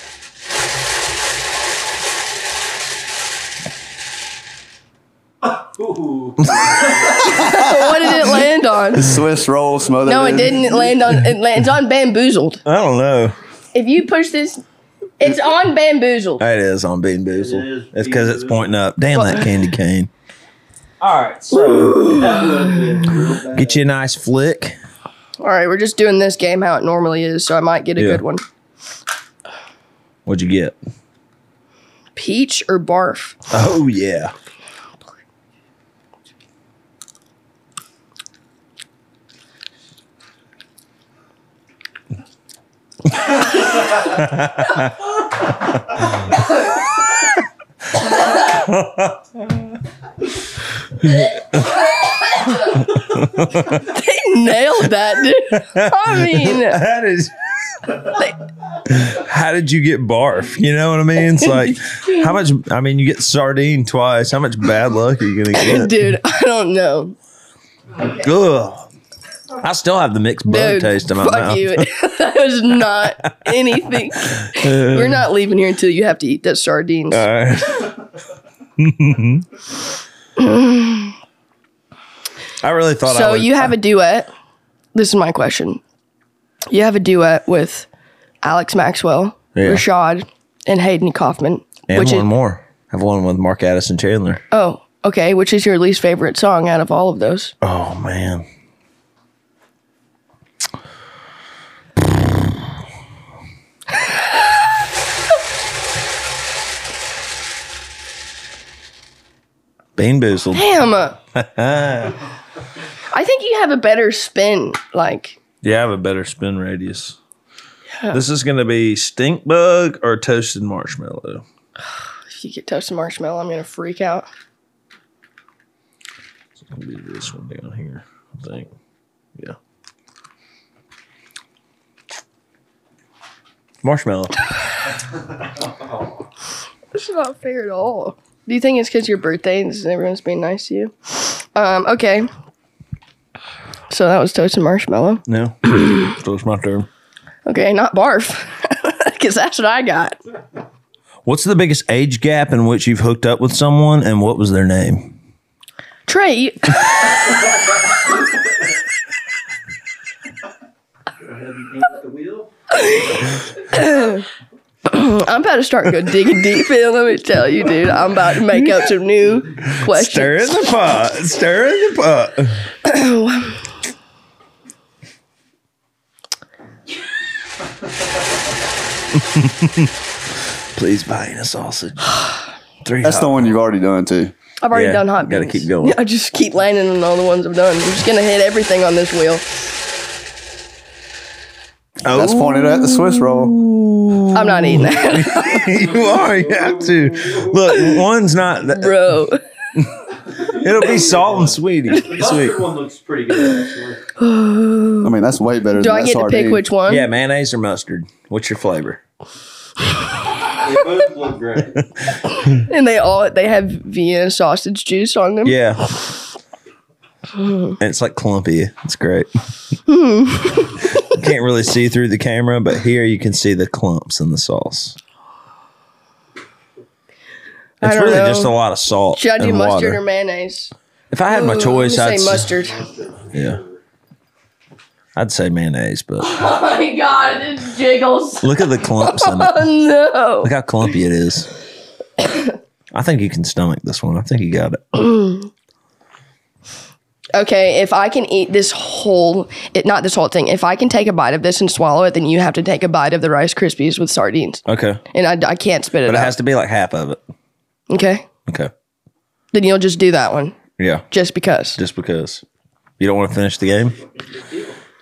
[SPEAKER 5] Ooh.
[SPEAKER 1] what did it land on?
[SPEAKER 4] Swiss roll smothered.
[SPEAKER 1] No, it
[SPEAKER 4] in-
[SPEAKER 1] didn't. It land on it lands on bamboozled.
[SPEAKER 2] I don't know.
[SPEAKER 1] If you push this, it's on bamboozled.
[SPEAKER 2] It is on Bean Boozled.
[SPEAKER 5] It is
[SPEAKER 2] It's because
[SPEAKER 5] Bean
[SPEAKER 2] it's
[SPEAKER 5] Boozled.
[SPEAKER 2] pointing up. Damn that candy cane.
[SPEAKER 5] All right. So that would've been real bad.
[SPEAKER 2] Get you a nice flick.
[SPEAKER 1] All right, we're just doing this game how it normally is, so I might get a
[SPEAKER 2] Yeah.
[SPEAKER 1] good one.
[SPEAKER 2] What'd you get?
[SPEAKER 1] Peach or barf?
[SPEAKER 2] Oh yeah.
[SPEAKER 1] They nailed that, dude. I mean,
[SPEAKER 2] How did How did you get barf? You know what I mean? It's like how much I mean you get sardine twice. How much bad luck are you gonna get?
[SPEAKER 1] dude, I don't know,
[SPEAKER 2] Ugh. I still have the mixed bug
[SPEAKER 1] dude.
[SPEAKER 2] taste in my
[SPEAKER 1] Oh, fuck
[SPEAKER 2] mouth.
[SPEAKER 1] you. that was not anything. we're not leaving here until you have to eat that sardines.
[SPEAKER 2] All right. I really thought I
[SPEAKER 1] So
[SPEAKER 2] would,
[SPEAKER 1] you have a duet. This is my question. You have a duet with Alex Maxwell,
[SPEAKER 2] Yeah.
[SPEAKER 1] Rashad, and Hayden Kaufman.
[SPEAKER 2] and
[SPEAKER 1] which
[SPEAKER 2] one
[SPEAKER 1] is
[SPEAKER 2] more. I have one with Mark Addison Chandler.
[SPEAKER 1] oh, okay. Which is your least favorite song out of all of those?
[SPEAKER 2] Oh man. Bean boozled.
[SPEAKER 1] Damn. uh, I think you have a better spin. Like
[SPEAKER 2] Yeah, I have a better spin radius. This is going to be stink bug or toasted marshmallow.
[SPEAKER 1] if you get toasted marshmallow, I'm gonna freak out.
[SPEAKER 2] It's going to be this one down here, I think. Yeah. Marshmallow.
[SPEAKER 1] This is not fair at all. Do you think it's because your birthday and everyone's being nice to you? Um. Okay. So that was toasted marshmallow.
[SPEAKER 2] No. so it's my turn.
[SPEAKER 1] Okay, not barf, because that's what I got.
[SPEAKER 2] What's the biggest age gap in which you've hooked up with someone, and what was their name?
[SPEAKER 1] Trey, you,
[SPEAKER 5] Go ahead and aim at the wheel.
[SPEAKER 1] I'm about to start go digging deep in. Let me tell you, dude, I'm about to make up some new questions.
[SPEAKER 2] Stir in the pot. Stir in the pot. Please buy in a sausage. Three.
[SPEAKER 4] That's the one you've already done too.
[SPEAKER 1] I've already
[SPEAKER 2] Yeah,
[SPEAKER 1] done hot.
[SPEAKER 2] gotta
[SPEAKER 1] beans.
[SPEAKER 2] keep going.
[SPEAKER 1] I just keep landing on all the ones I've done. I'm just gonna hit everything on this wheel.
[SPEAKER 2] Oh,
[SPEAKER 4] That's pointed at the Swiss roll.
[SPEAKER 1] I'm not eating that,
[SPEAKER 2] you are. You have to. Look, one's not. th-
[SPEAKER 1] bro.
[SPEAKER 2] It'll be salt and sweetie. Sweet.
[SPEAKER 5] Mustard one looks pretty good actually.
[SPEAKER 4] I mean, that's way better
[SPEAKER 1] Do
[SPEAKER 4] than
[SPEAKER 1] I
[SPEAKER 4] that
[SPEAKER 1] get to
[SPEAKER 4] sardine.
[SPEAKER 1] pick which one?
[SPEAKER 2] Yeah, mayonnaise or mustard. What's your flavor?
[SPEAKER 5] They both look great.
[SPEAKER 1] And they all they have Vienna sausage juice on them.
[SPEAKER 2] Yeah. And it's like clumpy. It's great. You can't really see through the camera, but here you can see the clumps in the sauce.
[SPEAKER 1] I
[SPEAKER 2] It's
[SPEAKER 1] don't
[SPEAKER 2] really
[SPEAKER 1] know.
[SPEAKER 2] just a lot of salt
[SPEAKER 1] Should I do
[SPEAKER 2] and
[SPEAKER 1] mustard
[SPEAKER 2] water.
[SPEAKER 1] or mayonnaise?
[SPEAKER 2] if I had my
[SPEAKER 1] Ooh,
[SPEAKER 2] choice,
[SPEAKER 1] I'm gonna
[SPEAKER 2] I'd
[SPEAKER 1] say
[SPEAKER 2] say
[SPEAKER 1] mustard.
[SPEAKER 2] Yeah, I'd say mayonnaise, but
[SPEAKER 1] Oh my god, it jiggles.
[SPEAKER 2] look at the clumps in it.
[SPEAKER 1] No.
[SPEAKER 2] Look how clumpy it is. I think you can stomach this one. I think you got it.
[SPEAKER 1] Okay, if I can eat this whole, it, not this whole thing, if I can take a bite of this and swallow it, then you have to take a bite of the Rice Krispies with sardines.
[SPEAKER 2] Okay,
[SPEAKER 1] And I, I can't spit it
[SPEAKER 2] but it
[SPEAKER 1] out.
[SPEAKER 2] has to be like half of it.
[SPEAKER 1] okay?
[SPEAKER 2] Okay,
[SPEAKER 1] Then you'll just do that one
[SPEAKER 2] yeah,
[SPEAKER 1] just because.
[SPEAKER 2] just because you don't want to finish the game.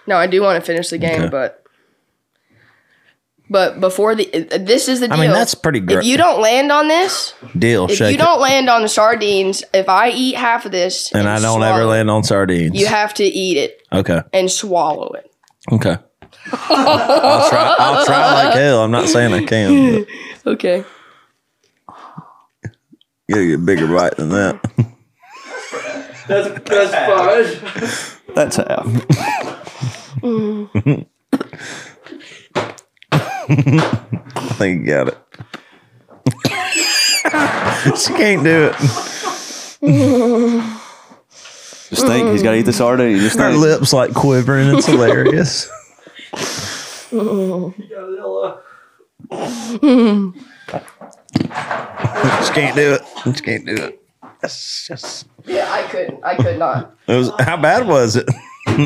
[SPEAKER 1] No, I do want to finish the game,
[SPEAKER 2] Okay.
[SPEAKER 1] but. But before the, uh, this is the deal.
[SPEAKER 2] I mean, that's pretty gr-
[SPEAKER 1] If you don't land on this,
[SPEAKER 2] Deal,
[SPEAKER 1] if
[SPEAKER 2] shake
[SPEAKER 1] you don't land on the sardines, if I eat half of this
[SPEAKER 2] it, and I don't
[SPEAKER 1] swallow
[SPEAKER 2] ever
[SPEAKER 1] it,
[SPEAKER 2] land on sardines.
[SPEAKER 1] you have to eat it
[SPEAKER 2] okay,
[SPEAKER 1] and swallow it.
[SPEAKER 2] okay. I'll try. I'll try like hell. I'm not saying I can. But
[SPEAKER 1] Okay.
[SPEAKER 2] you gotta get a bigger bite than that.
[SPEAKER 5] That's, that's fun.
[SPEAKER 4] That's half.
[SPEAKER 2] I think you got it. she can't do it.
[SPEAKER 4] Just think he's got to eat the sardine. Just
[SPEAKER 2] Her
[SPEAKER 4] think.
[SPEAKER 2] lips like quivering. It's hilarious. she can't do it. She can't do it. That's just-
[SPEAKER 1] Yeah, I couldn't. I could not.
[SPEAKER 2] it was, how bad was it?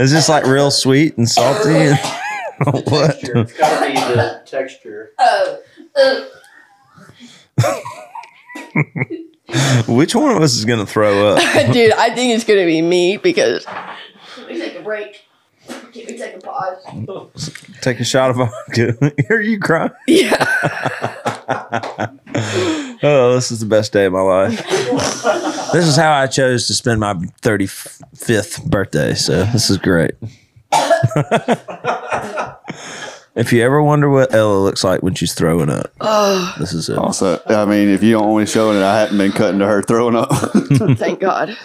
[SPEAKER 2] It's just like real sweet and salty. And, what?
[SPEAKER 5] It's gotta be the texture.
[SPEAKER 2] Which one of us is gonna throw up?
[SPEAKER 1] Dude, I think it's gonna be me because. Can we take a break? Can we take a pause?
[SPEAKER 2] Take a shot of vodka. Are you crying?
[SPEAKER 1] Yeah.
[SPEAKER 2] Oh, this is the best day of my life. this is how I chose to spend my 35th birthday. So this is great. if you ever wonder what Ella looks like when she's throwing up, this is it.
[SPEAKER 4] Also, I mean, if you don't want me showing it, I hadn't been cutting to her throwing up.
[SPEAKER 1] Thank God.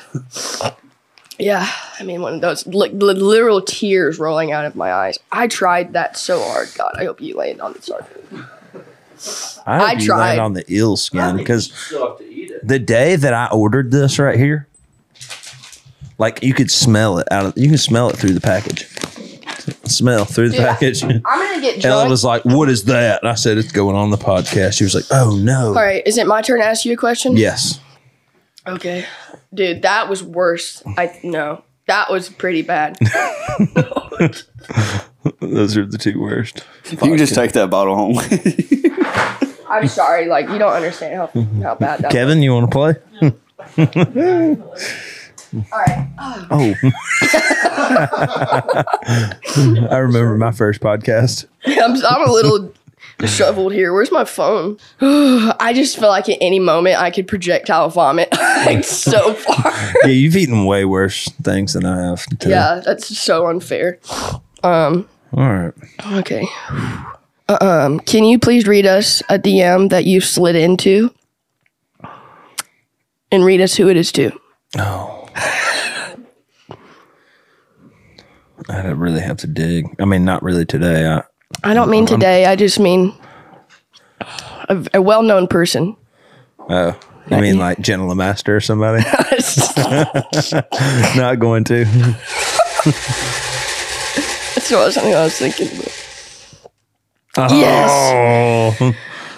[SPEAKER 1] Yeah, I mean, one of those li- li- literal tears rolling out of my eyes. I tried that so hard. God, I hope you land on the sardine.
[SPEAKER 2] I, hope
[SPEAKER 1] I
[SPEAKER 2] you
[SPEAKER 1] tried.
[SPEAKER 2] land on the ill skin
[SPEAKER 5] You
[SPEAKER 2] because
[SPEAKER 5] still have to eat it.
[SPEAKER 2] the day that I ordered this right here, like you could smell it out of you can smell it through the package. Smell through the
[SPEAKER 1] Dude, I-
[SPEAKER 2] package.
[SPEAKER 1] I'm gonna get
[SPEAKER 2] Ella
[SPEAKER 1] drunk.
[SPEAKER 2] was like, "What is that?" And I said, "It's going on the podcast." She was like, "Oh no."
[SPEAKER 1] All right, is it my turn to ask you a question?
[SPEAKER 2] Yes.
[SPEAKER 1] Okay. Dude, that was worse. I no. That was pretty bad.
[SPEAKER 2] Those are the two worst.
[SPEAKER 4] you can just take that bottle home.
[SPEAKER 1] I'm sorry. Like you don't understand how how bad that.
[SPEAKER 2] Kevin, you want to play?
[SPEAKER 1] Was. All right.
[SPEAKER 2] Oh. I remember my first podcast.
[SPEAKER 1] I'm, I'm a little disheveled here. Where's my phone? I just feel like at any moment I could projectile vomit like so far.
[SPEAKER 2] Yeah, you've eaten way worse things than I have. Too.
[SPEAKER 1] yeah, that's so unfair.
[SPEAKER 2] All right.
[SPEAKER 1] Okay. Um, can you please read us a DM that you slid into, and read us who it is to?
[SPEAKER 2] I don't really have to dig. I mean, not really today. I,
[SPEAKER 1] I don't
[SPEAKER 2] Um,
[SPEAKER 1] mean today. I just mean a, a well-known person.
[SPEAKER 2] you mean like Jenna Master or somebody?
[SPEAKER 1] That's
[SPEAKER 2] not going to.
[SPEAKER 1] what something I was thinking. About. Yes.
[SPEAKER 2] Oh.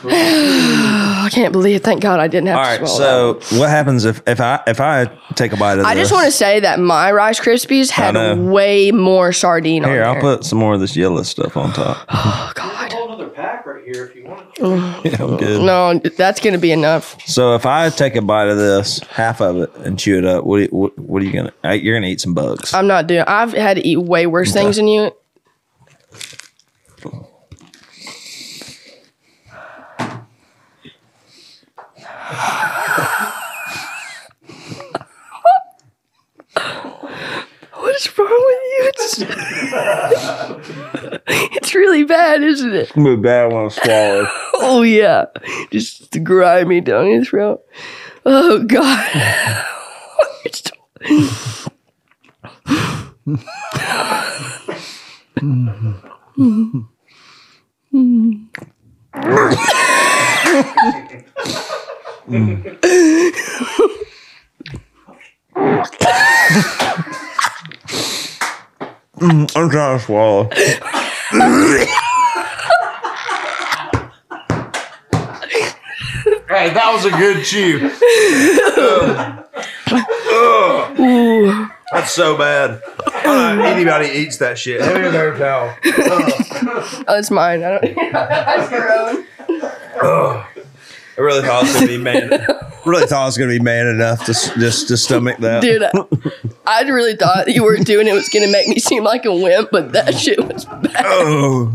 [SPEAKER 1] I can't believe it. Thank God I didn't have
[SPEAKER 2] All
[SPEAKER 1] to
[SPEAKER 2] right.
[SPEAKER 1] swallow
[SPEAKER 2] So, what happens if if I if I take a bite of
[SPEAKER 1] that. I
[SPEAKER 2] this?
[SPEAKER 1] just want to say that my Rice Krispies had
[SPEAKER 2] know.
[SPEAKER 1] way more sardine
[SPEAKER 2] Here,
[SPEAKER 1] on
[SPEAKER 2] I'll
[SPEAKER 1] there.
[SPEAKER 2] put some more of this yellow stuff on top.
[SPEAKER 1] oh,
[SPEAKER 5] There's a
[SPEAKER 1] God.
[SPEAKER 5] whole other pack right here if you want to.
[SPEAKER 2] Yeah, I'm good.
[SPEAKER 1] No, that's going to be enough.
[SPEAKER 2] So if I take a bite of this, half of it, and chew it up, what are- what, what are you gonna? uh, You're gonna eat some bugs.
[SPEAKER 1] I'm not doing I've had to eat way worse things than you. What is wrong with you? It's, it's really bad, isn't it?
[SPEAKER 2] Move bad when I swallow.
[SPEAKER 1] Oh yeah, just grimy down your throat. Oh god.
[SPEAKER 2] I'm trying to swallow.
[SPEAKER 6] Hey, that was a good chew.
[SPEAKER 2] That's so bad. I don't know if anybody eats that shit.
[SPEAKER 1] Oh, it's mine. I don't. That's your own.
[SPEAKER 2] I really thought I was gonna be man. really thought I was gonna be man enough to s- just to stomach that.
[SPEAKER 1] Dude, I, I really thought you were doing it was going to make me seem like a wimp, but that
[SPEAKER 2] Mm.
[SPEAKER 1] shit was bad.
[SPEAKER 2] Oh.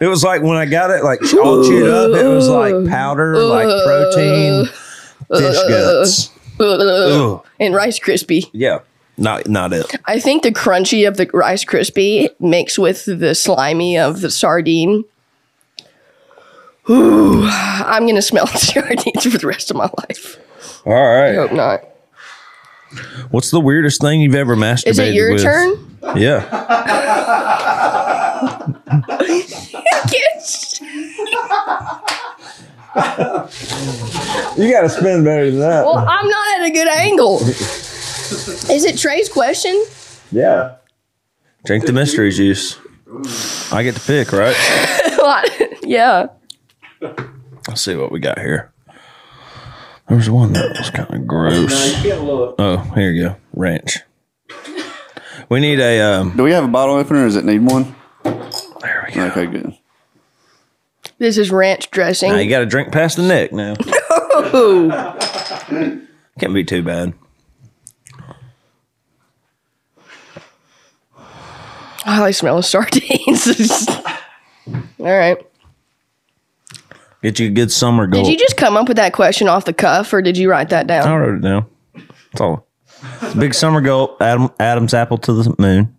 [SPEAKER 2] It was like when I got it like all chewed up. It was like powder, like protein, fish guts. Ugh.
[SPEAKER 1] And Rice Krispie.
[SPEAKER 2] Yeah, not not it.
[SPEAKER 1] I think the crunchy of the Rice Krispie mixed with the slimy of the sardine. Ooh, I'm going to smell sardines for the rest of my life.
[SPEAKER 2] All right.
[SPEAKER 1] Hope not.
[SPEAKER 2] What's the weirdest thing you've ever masturbated?
[SPEAKER 1] Is it your
[SPEAKER 2] with?
[SPEAKER 1] turn?
[SPEAKER 2] Yeah.
[SPEAKER 1] Yes.
[SPEAKER 2] You got to spin better than that.
[SPEAKER 1] Well, I'm not at a good angle. Is it Trey's question?
[SPEAKER 2] yeah. Drink the mystery juice. I get to pick, right?
[SPEAKER 1] yeah.
[SPEAKER 2] Let's see what we got here. There was one that was kind of gross.
[SPEAKER 5] can't look.
[SPEAKER 2] Oh, here you go. Ranch. We need a um
[SPEAKER 4] Do we have a bottle opener? Or does it need one?
[SPEAKER 2] there we go.
[SPEAKER 4] Okay, good.
[SPEAKER 1] This is ranch dressing.
[SPEAKER 2] Now you gotta drink past the neck now.
[SPEAKER 1] Oh,
[SPEAKER 2] Can't be too bad.
[SPEAKER 1] I like smelling sardines. All right.
[SPEAKER 2] Get you a good summer goal.
[SPEAKER 1] Did you just come up with that question off the cuff, or did you write that down?
[SPEAKER 2] I wrote it down. It's all it's a big summer goal. Adam Adam's apple to the moon.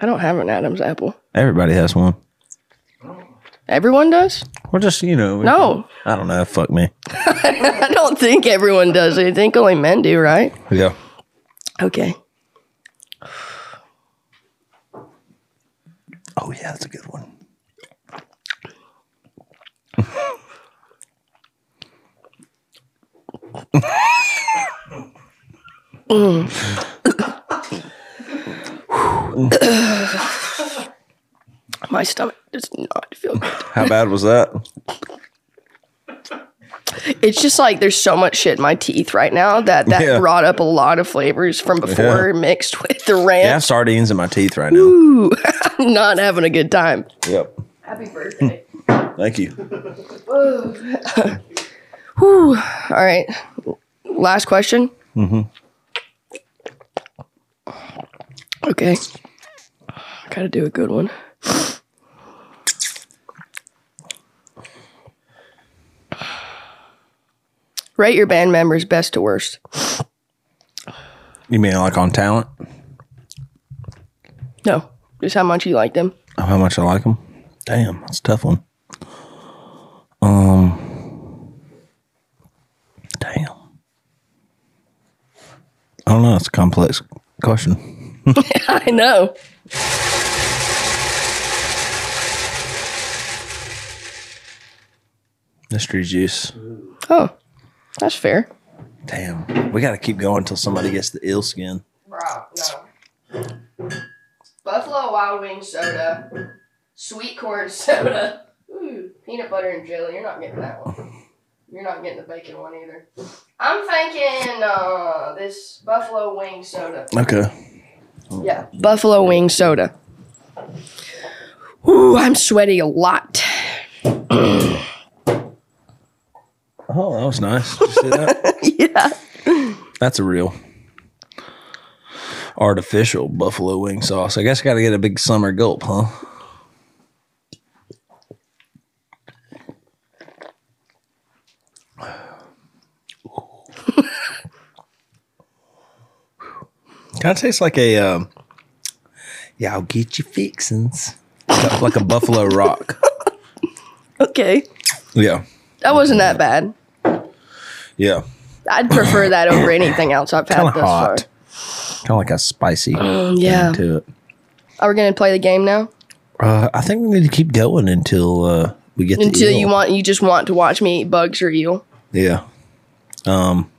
[SPEAKER 1] I don't have an Adam's apple.
[SPEAKER 2] Everybody has one.
[SPEAKER 1] Everyone does?
[SPEAKER 2] Or just you know we-
[SPEAKER 1] No,
[SPEAKER 2] I don't know, fuck me.
[SPEAKER 1] I don't think everyone does. I think only men do, right?
[SPEAKER 2] Yeah.
[SPEAKER 1] Okay.
[SPEAKER 2] Oh yeah, that's a good one.
[SPEAKER 1] My stomach does not feel good.
[SPEAKER 2] How bad was that?
[SPEAKER 1] It's just like there's so much shit in my teeth right now that that
[SPEAKER 2] Yeah.
[SPEAKER 1] brought up a lot of flavors from before mixed with the ranch.
[SPEAKER 2] I have sardines in my teeth right now.
[SPEAKER 1] Not having a good time.
[SPEAKER 2] Yep. Happy birthday. Thank you.
[SPEAKER 1] All right. Last question. Mm-hmm. Okay. Gotta do a good one. Rate your band members best to worst.
[SPEAKER 2] You mean like on talent?
[SPEAKER 1] No, just how much you like them.
[SPEAKER 2] of how much I like them. Damn, that's a tough one. Um, damn. I don't know. It's a complex question.
[SPEAKER 1] I know.
[SPEAKER 2] Mystery juice.
[SPEAKER 1] Oh, that's fair.
[SPEAKER 2] Damn, we got to keep going until somebody gets the ill skin.
[SPEAKER 1] Buffalo Wild Wing soda, sweet corn soda, Ooh, peanut butter and jelly. You're not getting that one. You're not getting the bacon one either. I'm thinking uh, this buffalo wing soda.
[SPEAKER 2] Okay.
[SPEAKER 1] Yeah, buffalo wing soda. Ooh, I'm sweaty a lot.
[SPEAKER 2] Oh, that was nice. Did you see that?
[SPEAKER 1] yeah.
[SPEAKER 2] That's a real artificial buffalo wing sauce. I guess got to get a big summer gulp, huh? kind of tastes like a um, yeah, I'll get you fixins, like a buffalo rock.
[SPEAKER 1] Okay.
[SPEAKER 2] Yeah,
[SPEAKER 1] That wasn't that bad.
[SPEAKER 2] yeah,
[SPEAKER 1] I'd prefer that over anything else I've had
[SPEAKER 2] kind
[SPEAKER 1] thus
[SPEAKER 2] of
[SPEAKER 1] far.
[SPEAKER 2] hot, kind of like a spicy
[SPEAKER 1] Yeah.
[SPEAKER 2] to it.
[SPEAKER 1] Are we gonna play the game now?
[SPEAKER 2] Uh, I think we need to keep going until uh, we get
[SPEAKER 1] Until
[SPEAKER 2] the
[SPEAKER 1] you
[SPEAKER 2] eel.
[SPEAKER 1] want, you just want to watch me eat bugs or eel.
[SPEAKER 2] Yeah. Um,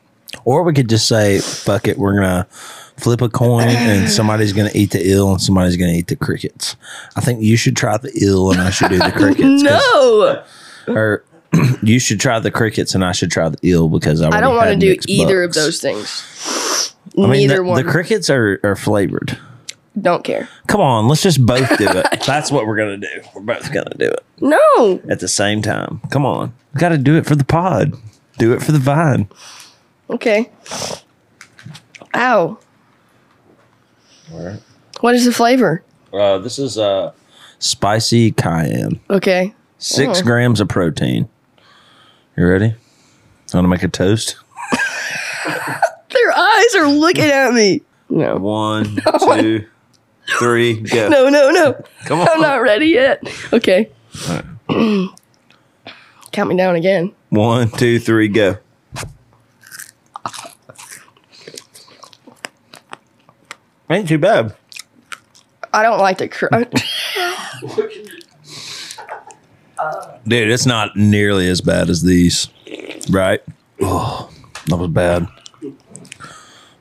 [SPEAKER 2] or we could just say, "Fuck it, we're gonna flip a coin, and somebody's gonna eat the eel, and somebody's gonna eat the crickets." I think you should try the eel, and I should do the crickets. 'cause-
[SPEAKER 1] No,
[SPEAKER 2] or you should try the crickets, and I should try the eel because I,
[SPEAKER 1] I don't
[SPEAKER 2] want
[SPEAKER 1] want to do either of those things. Neither
[SPEAKER 2] the,
[SPEAKER 1] one.
[SPEAKER 2] The crickets are are flavored.
[SPEAKER 1] don't care.
[SPEAKER 2] Come on, let's just both do it. That's what we're gonna do. We're both gonna do it
[SPEAKER 1] No,
[SPEAKER 2] at the same time. Come on, we got to do it for the pod. Do it for the vine.
[SPEAKER 1] Okay. Ow. What is the flavor?
[SPEAKER 2] Uh, this is uh, spicy cayenne.
[SPEAKER 1] Okay.
[SPEAKER 2] Six
[SPEAKER 1] Oh.
[SPEAKER 2] grams of protein. You ready? Want to make a toast?
[SPEAKER 1] Their eyes are looking at me. No.
[SPEAKER 2] One, two, three, go.
[SPEAKER 1] No, no, no.
[SPEAKER 2] Come
[SPEAKER 1] I'm not ready yet. Okay. Count me down again.
[SPEAKER 2] One, two, three, go. Ain't too bad.
[SPEAKER 1] I don't like to cry.
[SPEAKER 2] Dude, it's not nearly as bad as these. Right? Oh, that was bad.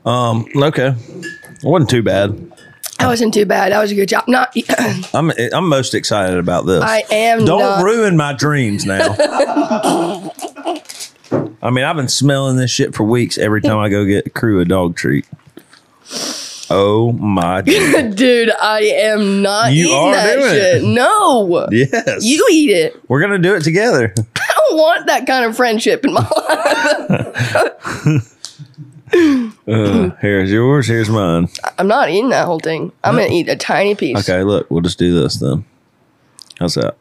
[SPEAKER 2] Um, okay. It wasn't too bad.
[SPEAKER 1] that wasn't too bad. That was a good job. Not.
[SPEAKER 2] I'm I'm most excited about this.
[SPEAKER 1] I am
[SPEAKER 2] Don't
[SPEAKER 1] not-
[SPEAKER 2] ruin my dreams now. I mean, I've been smelling this shit for weeks every time I go get crew a dog treat. Oh my god.
[SPEAKER 1] Dude, I am not
[SPEAKER 2] You
[SPEAKER 1] eating
[SPEAKER 2] are
[SPEAKER 1] that
[SPEAKER 2] doing it.
[SPEAKER 1] shit. No.
[SPEAKER 2] Yes.
[SPEAKER 1] You eat it.
[SPEAKER 2] We're gonna do it together.
[SPEAKER 1] I don't want that kind of friendship in my life.
[SPEAKER 2] Uh, here's yours, here's mine.
[SPEAKER 1] I'm not eating that whole thing. I'm gonna eat a tiny piece.
[SPEAKER 2] Okay, look, we'll just do this then. How's that?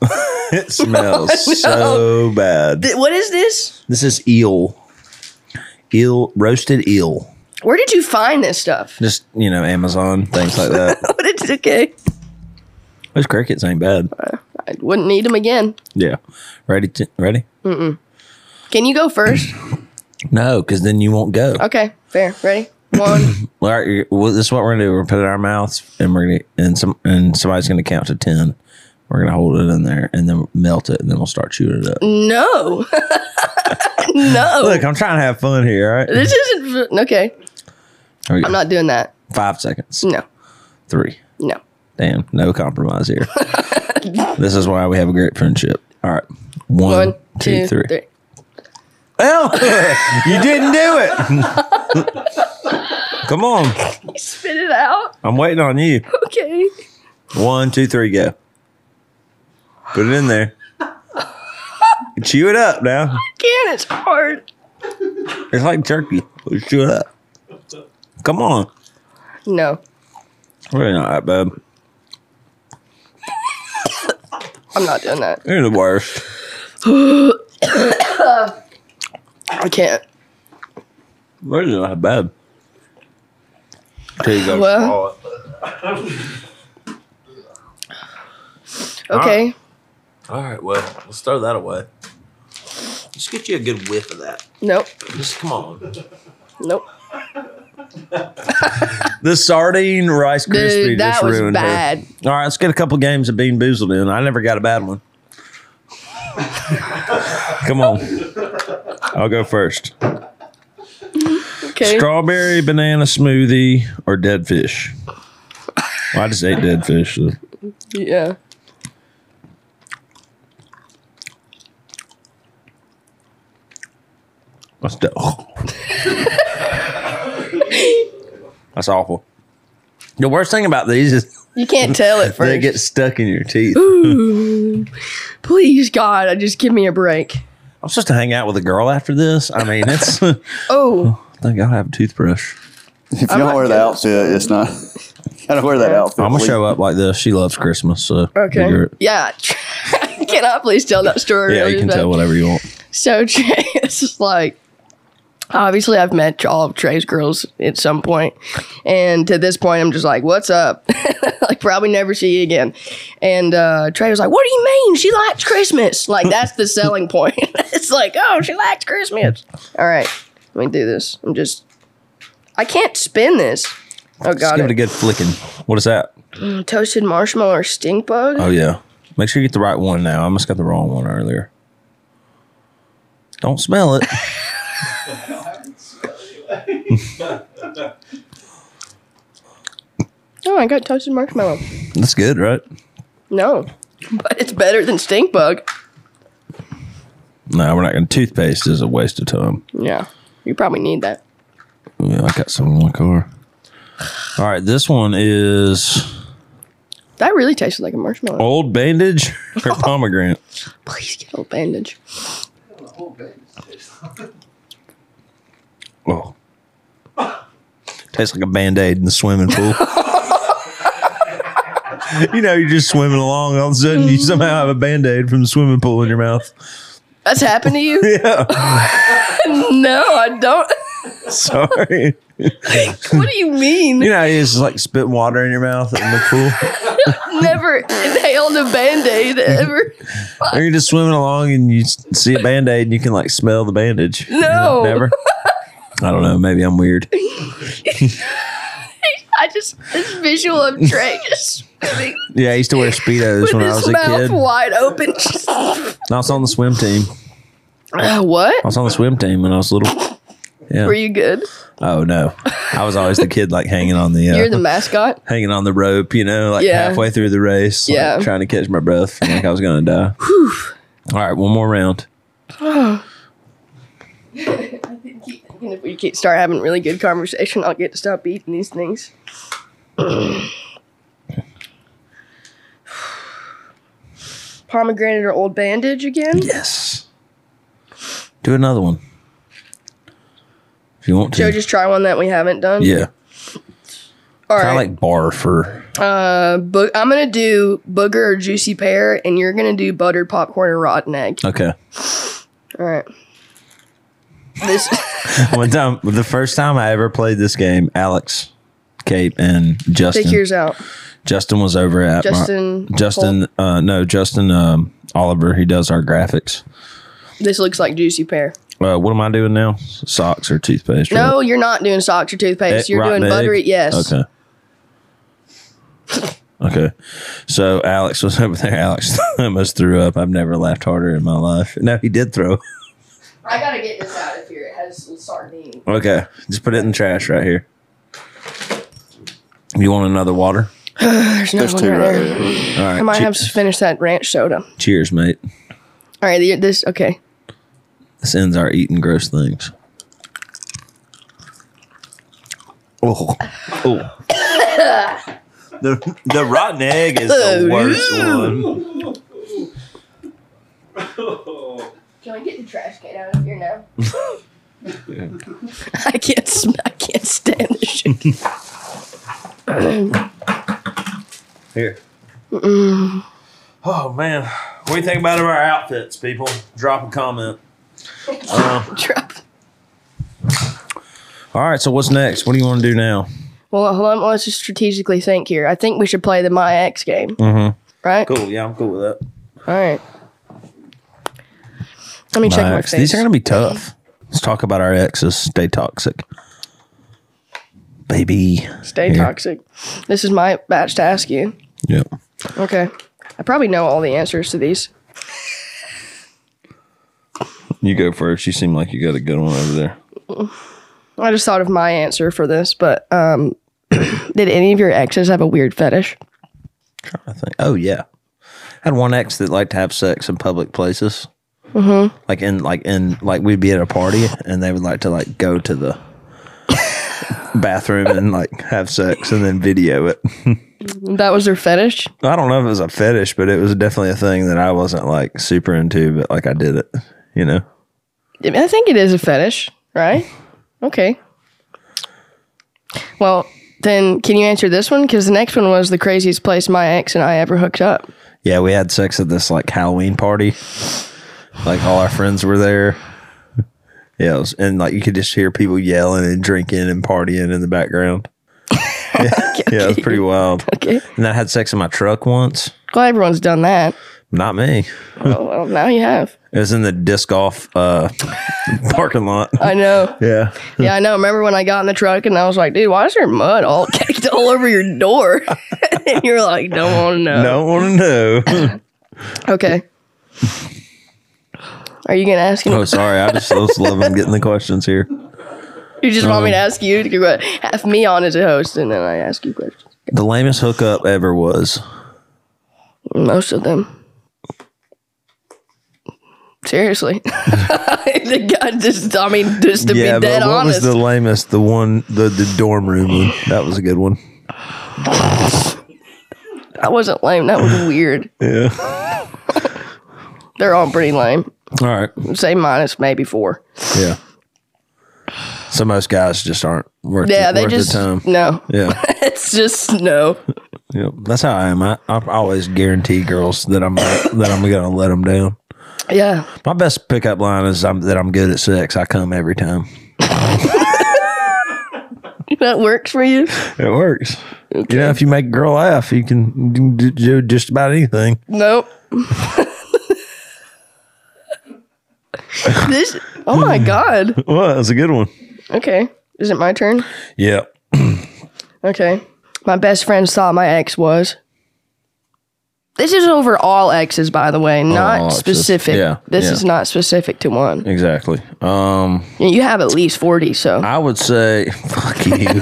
[SPEAKER 2] it smells so bad.
[SPEAKER 1] Th- what is this?
[SPEAKER 2] This is eel. Eel roasted eel.
[SPEAKER 1] Where did you find this stuff?
[SPEAKER 2] Just you know, Amazon things like that.
[SPEAKER 1] But it's okay.
[SPEAKER 2] Those crickets ain't bad.
[SPEAKER 1] I wouldn't need them again.
[SPEAKER 2] Yeah. Ready? To, ready?
[SPEAKER 1] Can you go first?
[SPEAKER 2] No, because then you won't go.
[SPEAKER 1] Okay, fair. Ready? One.
[SPEAKER 2] All right. you're- Well, this is what we're gonna do. We're gonna put it in our mouths, and we're gonna and some and somebody's gonna count to ten. We're gonna hold it in there, and then melt it, and then we'll start chewing it up.
[SPEAKER 1] Mm. No. no.
[SPEAKER 2] Look, I'm trying to have fun here. All right.
[SPEAKER 1] this isn't f- okay.
[SPEAKER 2] Here we go.
[SPEAKER 1] I'm not doing that.
[SPEAKER 2] Five seconds.
[SPEAKER 1] No.
[SPEAKER 2] Three.
[SPEAKER 1] No.
[SPEAKER 2] Damn. No compromise here. this is why we have a great friendship. All right. One,
[SPEAKER 1] One, two, three.
[SPEAKER 2] Oh, you didn't do it. Come on.
[SPEAKER 1] Spit it out.
[SPEAKER 2] I'm waiting on you.
[SPEAKER 1] Okay.
[SPEAKER 2] One, two, three, go. Put it in there. Chew it up now.
[SPEAKER 1] Can it's hard.
[SPEAKER 2] It's like turkey. Let's chew it up. Come on.
[SPEAKER 1] No.
[SPEAKER 2] Really not that bad.
[SPEAKER 1] I'm not doing that.
[SPEAKER 2] You're the worst.
[SPEAKER 1] I can't.
[SPEAKER 2] Really not that bad. There you go.
[SPEAKER 1] Well. Okay.
[SPEAKER 2] All right, well, let's throw that away. Just get you a good whiff of that.
[SPEAKER 1] Nope.
[SPEAKER 2] Just come on.
[SPEAKER 1] Nope.
[SPEAKER 2] The sardine Rice
[SPEAKER 1] Dude,
[SPEAKER 2] Krispie
[SPEAKER 1] that
[SPEAKER 2] just
[SPEAKER 1] was
[SPEAKER 2] ruined her.
[SPEAKER 1] bad.
[SPEAKER 2] All right, let's get a couple games of Bean Boozled in. I never got a bad one. come on. I'll go first.
[SPEAKER 1] Okay.
[SPEAKER 2] Strawberry banana smoothie or dead fish? Well, I just ate dead fish. so-
[SPEAKER 1] Yeah.
[SPEAKER 2] That's the- That's awful. The worst thing about these is
[SPEAKER 1] You can't tell at
[SPEAKER 2] they
[SPEAKER 1] first.
[SPEAKER 2] get stuck in your teeth.
[SPEAKER 1] Please, God, I just give me a break.
[SPEAKER 2] I'm supposed to hang out with a girl after this. I mean, it's. I
[SPEAKER 1] Oh,
[SPEAKER 2] think I'll have a toothbrush.
[SPEAKER 4] If you don't
[SPEAKER 1] not
[SPEAKER 4] wear the
[SPEAKER 1] gonna-
[SPEAKER 4] outfit, it's not. gotta wear that outfit.
[SPEAKER 2] I'm gonna show up like this. She loves Christmas, so
[SPEAKER 1] okay.
[SPEAKER 2] figure it.
[SPEAKER 1] Yeah. can I please tell that story?
[SPEAKER 2] Yeah,
[SPEAKER 1] really
[SPEAKER 2] you can
[SPEAKER 1] bad?
[SPEAKER 2] tell whatever you want.
[SPEAKER 1] So Trey, it's just like obviously I've met all of Trey's girls at some point, and to this point I'm just like, "What's up?" like probably never see you again. And uh, Trey was like, "What do you mean? She likes Christmas." Like that's the selling point. it's like, "Oh, she likes Christmas." All right, let me do this. I'm just I can't spin this. Oh,
[SPEAKER 2] Just
[SPEAKER 1] got
[SPEAKER 2] give it a
[SPEAKER 1] it.
[SPEAKER 2] good flicking. What is that?
[SPEAKER 1] Toasted marshmallow or stink bug?
[SPEAKER 2] Oh yeah. Make sure you get the right one now. I almost got the wrong one earlier. Don't smell it.
[SPEAKER 1] Oh, I got toasted marshmallow.
[SPEAKER 2] That's good, right?
[SPEAKER 1] No, but it's better than stink bug.
[SPEAKER 2] No, we're not gonna toothpaste is a waste of time.
[SPEAKER 1] Yeah, you probably need that.
[SPEAKER 2] Yeah, I got some in my car. All right, this one is
[SPEAKER 1] That really tasted like a marshmallow.
[SPEAKER 2] old bandage or pomegranate.
[SPEAKER 1] Please get a little bandage.
[SPEAKER 2] Oh. Tastes like a band aid in the swimming pool. you know, you're just swimming along. All of a sudden, you somehow have a band aid from the swimming pool in your mouth.
[SPEAKER 1] That's happened to you?
[SPEAKER 2] Yeah.
[SPEAKER 1] no, I don't.
[SPEAKER 2] Sorry.
[SPEAKER 1] what do you mean?
[SPEAKER 2] You know, it's just like spitting water in your mouth in the pool.
[SPEAKER 1] Never inhaled a band aid ever.
[SPEAKER 2] Or you're just swimming along and you s- see a band aid and you can like smell the bandage.
[SPEAKER 1] No.
[SPEAKER 2] Never. I don't know. Maybe I'm weird.
[SPEAKER 1] I just this visual of Trey just swimming
[SPEAKER 2] Yeah, I used to wear Speedos
[SPEAKER 1] with
[SPEAKER 2] when I
[SPEAKER 1] his
[SPEAKER 2] was a
[SPEAKER 1] mouth
[SPEAKER 2] kid.
[SPEAKER 1] wide open.
[SPEAKER 2] I was on the swim team.
[SPEAKER 1] Uh,
[SPEAKER 2] I
[SPEAKER 1] what?
[SPEAKER 2] was on the swim team when I was little. Oh, Yeah.
[SPEAKER 1] Were you good?
[SPEAKER 2] Oh no, I was always the kid like hanging on the, uh,
[SPEAKER 1] You're the mascot.
[SPEAKER 2] hanging on the rope, you know, like
[SPEAKER 1] Yeah.
[SPEAKER 2] halfway through the race, like,
[SPEAKER 1] Yeah.
[SPEAKER 2] trying to catch my breath, like I was gonna die. All right, one more round.
[SPEAKER 1] And if we keep start having really good conversation, I'll get to stop eating these things. Pomegranate or old bandage again?
[SPEAKER 2] Yes. Do another one if you want
[SPEAKER 1] Joe,
[SPEAKER 2] to.
[SPEAKER 1] just try one that we haven't done.
[SPEAKER 2] yeah,
[SPEAKER 1] All
[SPEAKER 2] I
[SPEAKER 1] right.
[SPEAKER 2] like barf or
[SPEAKER 1] uh, bo- I'm gonna do booger or juicy pear, and you're gonna do buttered popcorn or rotten egg.
[SPEAKER 2] okay.
[SPEAKER 1] All right. This
[SPEAKER 2] one time, the first time I ever played this game, Alex, Kate, and
[SPEAKER 1] take
[SPEAKER 2] Justin.
[SPEAKER 1] yours out.
[SPEAKER 2] Justin was over at my-
[SPEAKER 1] Justin.
[SPEAKER 2] Justin, uh, no, Justin um, Oliver. He does our graphics.
[SPEAKER 1] This looks like juicy pear.
[SPEAKER 2] Uh, what am I doing now? Socks or toothpaste? or
[SPEAKER 1] No, you're not doing socks or toothpaste.
[SPEAKER 2] Eh,
[SPEAKER 1] You're
[SPEAKER 2] rotten
[SPEAKER 1] doing
[SPEAKER 2] egg?
[SPEAKER 1] buttery. Yes.
[SPEAKER 2] Okay. Okay. So Alex was over there. Alex almost threw up. I've never laughed harder in my life. No, he did throw.
[SPEAKER 1] I gotta get this out of here. It has sardine.
[SPEAKER 2] Okay. Just put it in the trash right here. You want another water?
[SPEAKER 1] There's no
[SPEAKER 4] There's
[SPEAKER 1] one
[SPEAKER 4] two
[SPEAKER 1] right
[SPEAKER 4] right
[SPEAKER 1] there.
[SPEAKER 4] there.
[SPEAKER 2] All right.
[SPEAKER 1] I might
[SPEAKER 2] che-
[SPEAKER 1] have to finish that ranch soda. All
[SPEAKER 2] cheers, mate.
[SPEAKER 1] right, the- this okay.
[SPEAKER 2] This ends our eating gross things. Oh. Oh. the, the rotten egg is
[SPEAKER 1] Oh,
[SPEAKER 2] the worst one.
[SPEAKER 1] Can we get the trash can out of here now? I can't. sm- I can't stand this shit.
[SPEAKER 2] Here. Oh man, what do you think about our outfits, people? Drop a comment.
[SPEAKER 1] Drop.
[SPEAKER 2] All right, so what's next? What do you want to do now?
[SPEAKER 1] Well, hold on. Let's just strategically think here. I think we should play the my ex game.
[SPEAKER 2] Mhm.
[SPEAKER 1] Right.
[SPEAKER 2] Cool, yeah, I'm cool with that.
[SPEAKER 1] All right. Let me check my face.
[SPEAKER 2] These are gonna be tough. Let's talk about our exes. Stay toxic, baby.
[SPEAKER 1] Stay
[SPEAKER 2] Here.
[SPEAKER 1] toxic. This is my batch to ask you.
[SPEAKER 2] Yep.
[SPEAKER 1] Okay. I probably know all the answers to these.
[SPEAKER 2] You go first. You seem like you got a good one over there.
[SPEAKER 1] I just thought of my answer for this, but um, did any of your exes have a weird fetish?
[SPEAKER 2] I think. Oh yeah, I had one ex that liked to have sex in public places. Mm-hmm. Like in like in like we'd be at a party and they would like to like go to the bathroom and like have sex and then video it.
[SPEAKER 1] That was their fetish.
[SPEAKER 2] I don't know if it was a fetish, but it was definitely a thing that I wasn't like super into, but like I did it. You know,
[SPEAKER 1] I mean, I think it is a fetish, right? Okay. Well, then can you answer this one? Because the next one was the craziest place my ex and I ever hooked up.
[SPEAKER 2] yeah, we had sex at this like Halloween party. Like all our friends were there. Yeah, it was, and like you could just hear people yelling and drinking and partying in the background. Yeah, it was pretty wild.
[SPEAKER 1] Okay.
[SPEAKER 2] And I had sex in my truck once.
[SPEAKER 1] Well, everyone's done that.
[SPEAKER 2] Not me.
[SPEAKER 1] well, well, now you have.
[SPEAKER 2] It was in the disc golf uh, parking lot.
[SPEAKER 1] I know.
[SPEAKER 2] Yeah.
[SPEAKER 1] Yeah, I know. Remember when I got in the truck and I was like, dude, why is there mud all caked all over your door? and you're like, don't want to know.
[SPEAKER 2] Don't want to know.
[SPEAKER 1] Okay. Are you gonna ask him?
[SPEAKER 2] oh, sorry. I just, I just love him getting the questions here.
[SPEAKER 1] You just want me to ask you to go have me on as a host, and then I ask you questions.
[SPEAKER 2] The lamest hookup ever was.
[SPEAKER 1] Most of them. Seriously, the guy just, I mean, just to
[SPEAKER 2] yeah,
[SPEAKER 1] be dead
[SPEAKER 2] but what
[SPEAKER 1] honest.
[SPEAKER 2] was the lamest? The one, the, the dorm room one. That was a good one.
[SPEAKER 1] I wasn't lame. That was weird.
[SPEAKER 2] Yeah.
[SPEAKER 1] They're all pretty lame.
[SPEAKER 2] All right.
[SPEAKER 1] Say minus maybe four.
[SPEAKER 2] Yeah. So most guys just aren't worth.
[SPEAKER 1] Yeah,
[SPEAKER 2] the,
[SPEAKER 1] they
[SPEAKER 2] worth the
[SPEAKER 1] just
[SPEAKER 2] time.
[SPEAKER 1] no.
[SPEAKER 2] Yeah.
[SPEAKER 1] It's just no.
[SPEAKER 2] Yep, that's how I am. I, I always guarantee girls that I'm that I'm gonna let them down.
[SPEAKER 1] Yeah,
[SPEAKER 2] My best pickup line is I'm, that I'm good at sex. I come every time.
[SPEAKER 1] that works for you.
[SPEAKER 2] It works. You know, if you make a girl laugh, you can you can do- do just about anything.
[SPEAKER 1] Nope. this. Oh my god.
[SPEAKER 2] Well, that's a good one.
[SPEAKER 1] Okay. Is it my turn?
[SPEAKER 2] Yeah.
[SPEAKER 1] Okay. My best friends thought my ex was. This is over all exes, by the way, not
[SPEAKER 2] exes.
[SPEAKER 1] specific.
[SPEAKER 2] Yeah,
[SPEAKER 1] This
[SPEAKER 2] yeah.
[SPEAKER 1] is not specific to one.
[SPEAKER 2] Exactly. Um,
[SPEAKER 1] You have at least 40, so.
[SPEAKER 2] I would say fuck you. no,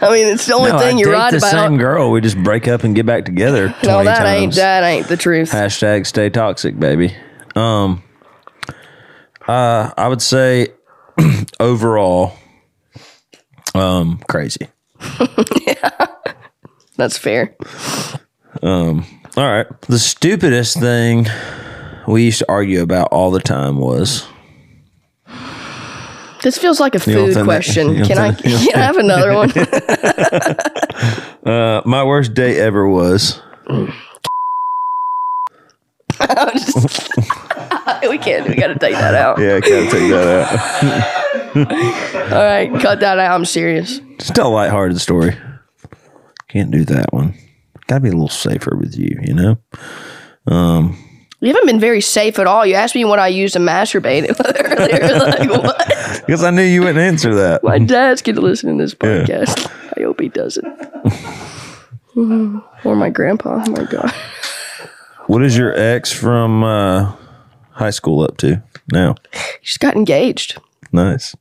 [SPEAKER 1] I mean, it's the only
[SPEAKER 2] I
[SPEAKER 1] thing you're
[SPEAKER 2] date
[SPEAKER 1] right
[SPEAKER 2] the
[SPEAKER 1] about.
[SPEAKER 2] same girl. We just break up and get back together. 20
[SPEAKER 1] no, that ain't
[SPEAKER 2] times.
[SPEAKER 1] that ain't the truth.
[SPEAKER 2] Hashtag stay toxic, baby. Um, uh, I would say overall, um, crazy.
[SPEAKER 1] That's fair.
[SPEAKER 2] All right. The stupidest thing we used to argue about all the time was
[SPEAKER 1] This feels like a
[SPEAKER 2] don't
[SPEAKER 1] food
[SPEAKER 2] think that-
[SPEAKER 1] question.
[SPEAKER 2] you don't
[SPEAKER 1] Can I
[SPEAKER 2] think- you don't
[SPEAKER 1] can I have another one?
[SPEAKER 2] uh, my worst day ever was
[SPEAKER 1] I'm just- we can't. We gotta take that out.
[SPEAKER 2] yeah. I can't take that out.
[SPEAKER 1] All right, cut that out. I'm serious.
[SPEAKER 2] Just tell a lighthearted story. Can't do that one. Got to be a little safer with you, you know.
[SPEAKER 1] You haven't been very safe at all. You asked me what I used to masturbate earlier. like, what?
[SPEAKER 2] Because I knew you wouldn't answer that.
[SPEAKER 1] My dad's gonna listen to this podcast. I hope he doesn't. or my grandpa. Oh my god.
[SPEAKER 2] What is your ex from uh, high school up to now?
[SPEAKER 1] He just got engaged.
[SPEAKER 2] Nice.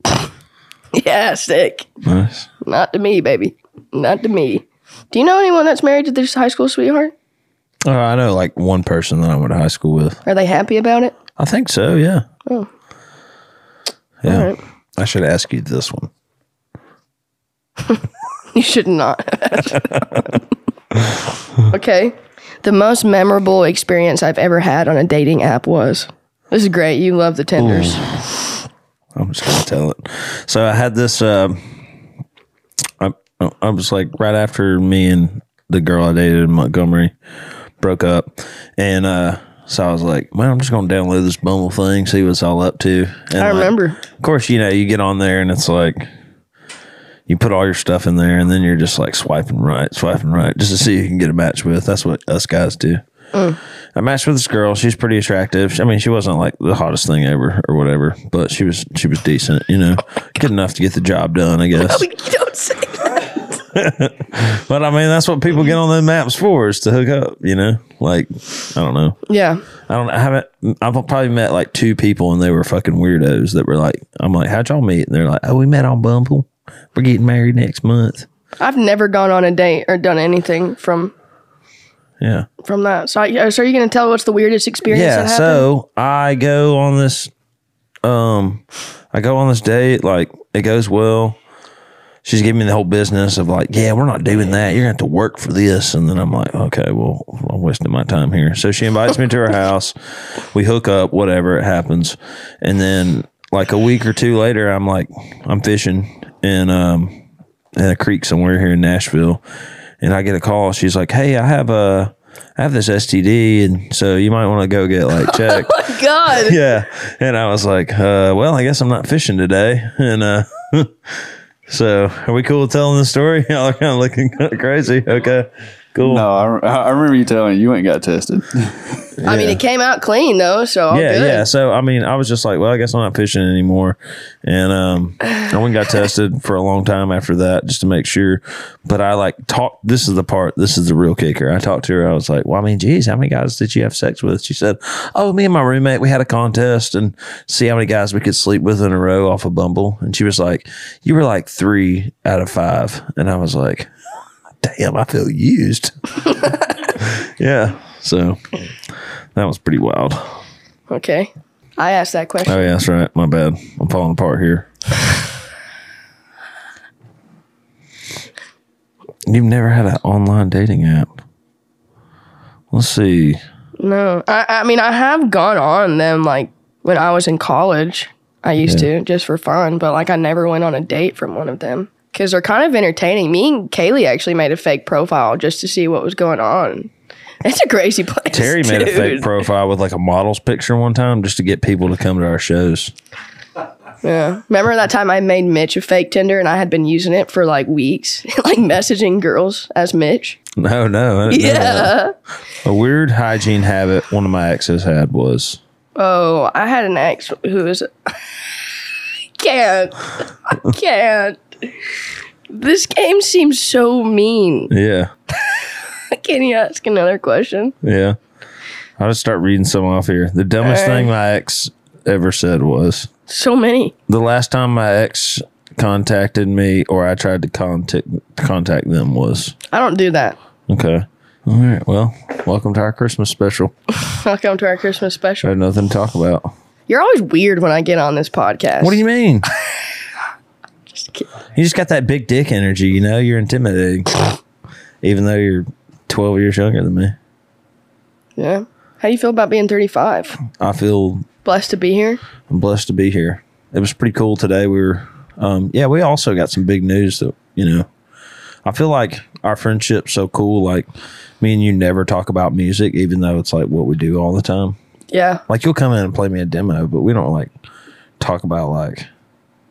[SPEAKER 1] Yeah, sick.
[SPEAKER 2] Nice.
[SPEAKER 1] Not to me, baby. Not to me. Do you know anyone that's married to their high school sweetheart?
[SPEAKER 2] Oh, I know like one person that I went to high school with.
[SPEAKER 1] Are they happy about it?
[SPEAKER 2] I think so, yeah.
[SPEAKER 1] Oh.
[SPEAKER 2] Yeah.
[SPEAKER 1] All right.
[SPEAKER 2] I should ask you this one.
[SPEAKER 1] You should not. okay. The most memorable experience I've ever had on a dating app was. This is great. You love the Tinders.
[SPEAKER 2] I'm just gonna tell it. So I had this uh, I I was like right after me and the girl I dated in Montgomery broke up and uh so I was like, well, I'm just gonna download this Bumble thing, see what's all up to. And
[SPEAKER 1] I
[SPEAKER 2] like,
[SPEAKER 1] remember.
[SPEAKER 2] of course, you know, you get on there and it's like you put all your stuff in there and then you're just like swiping right, swiping right, just to see who you can get a match with. That's what us guys do.
[SPEAKER 1] Mm.
[SPEAKER 2] I matched with this girl. She's pretty attractive. She- I mean, she wasn't like the hottest thing ever or whatever, but she was she was decent, you know, good enough to get the job done, I guess.
[SPEAKER 1] You don't say that.
[SPEAKER 2] But I mean, that's what people get on those maps for is to hook up, you know. Like, I don't know.
[SPEAKER 1] Yeah.
[SPEAKER 2] I don't. I haven't. I've probably met like two people, and they were fucking weirdos that were like, "I'm like, how'd y'all meet?" And they're like, "Oh, we met on Bumble. We're getting married next month."
[SPEAKER 1] I've never gone on a date or done anything from
[SPEAKER 2] Yeah.
[SPEAKER 1] from that. So, I, so are you going to tell what's the weirdest experience
[SPEAKER 2] Yeah.
[SPEAKER 1] that happened?
[SPEAKER 2] So I go on this. Um, I go on this date. Like it goes well. She's giving me the whole business of like, yeah, we're not doing that. You're gonna have to work for this. And then I'm like, okay, well, I'm wasting my time here. So she invites me to her house. We hook up, whatever it happens, and then like a week or two later, I'm like, I'm fishing in um in a creek somewhere here in Nashville, and I get a call. She's like, hey, I have a I have this STD, and so you might want to go get like checked.
[SPEAKER 1] God.
[SPEAKER 2] yeah. And I was like, uh, well, I guess I'm not fishing today. And uh, so, are we cool with telling this story? Y'all are kind of looking kinda crazy. Okay. Cool.
[SPEAKER 4] No, I, I remember you telling me you ain't got tested.
[SPEAKER 1] I mean, it came out clean though, so all
[SPEAKER 2] yeah,
[SPEAKER 1] good.
[SPEAKER 2] yeah. So I mean, I was just like, well, I guess I'm not fishing anymore, and um, I went and got tested for a long time after that just to make sure. But I like talked. This is the part. This is the real kicker. I talked to her. I was like, well, I mean, geez, how many guys did you have sex with? She said, oh, me and my roommate, we had a contest and see how many guys we could sleep with in a row off a of Bumble. And she was like, you were like three out of five, and I was like, damn, I feel used. yeah. So that was pretty wild.
[SPEAKER 1] Okay. I asked that question.
[SPEAKER 2] Oh yeah, that's right. My bad. I'm falling apart here. You've never had an online dating app. Let's see.
[SPEAKER 1] No, I, I mean I have gone on them like when I was in college. I used to just for fun, but like I never went on a date from one of them because they're kind of entertaining. Me and Kaylee actually made a fake profile just to see what was going on. It's a crazy place.
[SPEAKER 2] Terry made a fake
[SPEAKER 1] dude.
[SPEAKER 2] profile with like a model's picture one time just to get people to come to our shows.
[SPEAKER 1] Yeah. Remember that time I made Mitch a fake Tinder and I had been using it for like weeks, like messaging girls as Mitch.
[SPEAKER 2] No, no. I didn't know that.
[SPEAKER 1] Yeah.
[SPEAKER 2] A weird hygiene habit one of my exes had was
[SPEAKER 1] Oh, I had an ex who was. I can't. I can't. This game seems so mean.
[SPEAKER 2] Yeah.
[SPEAKER 1] Can you ask another question?
[SPEAKER 2] Yeah. I'll just start reading some off here. The dumbest
[SPEAKER 1] All right.
[SPEAKER 2] thing my ex ever said was
[SPEAKER 1] So many.
[SPEAKER 2] the last time my ex contacted me or I tried to contact contact them was
[SPEAKER 1] I don't do that.
[SPEAKER 2] okay. All right. Well, welcome to our Christmas special.
[SPEAKER 1] Welcome to our Christmas special.
[SPEAKER 2] Had nothing to talk about.
[SPEAKER 1] You're always weird when I get on this podcast.
[SPEAKER 2] What do you mean?
[SPEAKER 1] kidding.
[SPEAKER 2] you just got that big dick energy. You know, you're intimidating, even though you're 12 years younger than me.
[SPEAKER 1] Yeah. How do you feel about being 35?
[SPEAKER 2] I feel
[SPEAKER 1] Blessed to be here.
[SPEAKER 2] I'm blessed to be here. It was pretty cool today. We were, um, yeah, we also got some big news that, you know, I feel like our friendship's so cool. Like, me and you never talk about music, even though it's like what we do all the time.
[SPEAKER 1] Yeah.
[SPEAKER 2] Like, you'll come in and play me a demo, but we don't like talk about, like,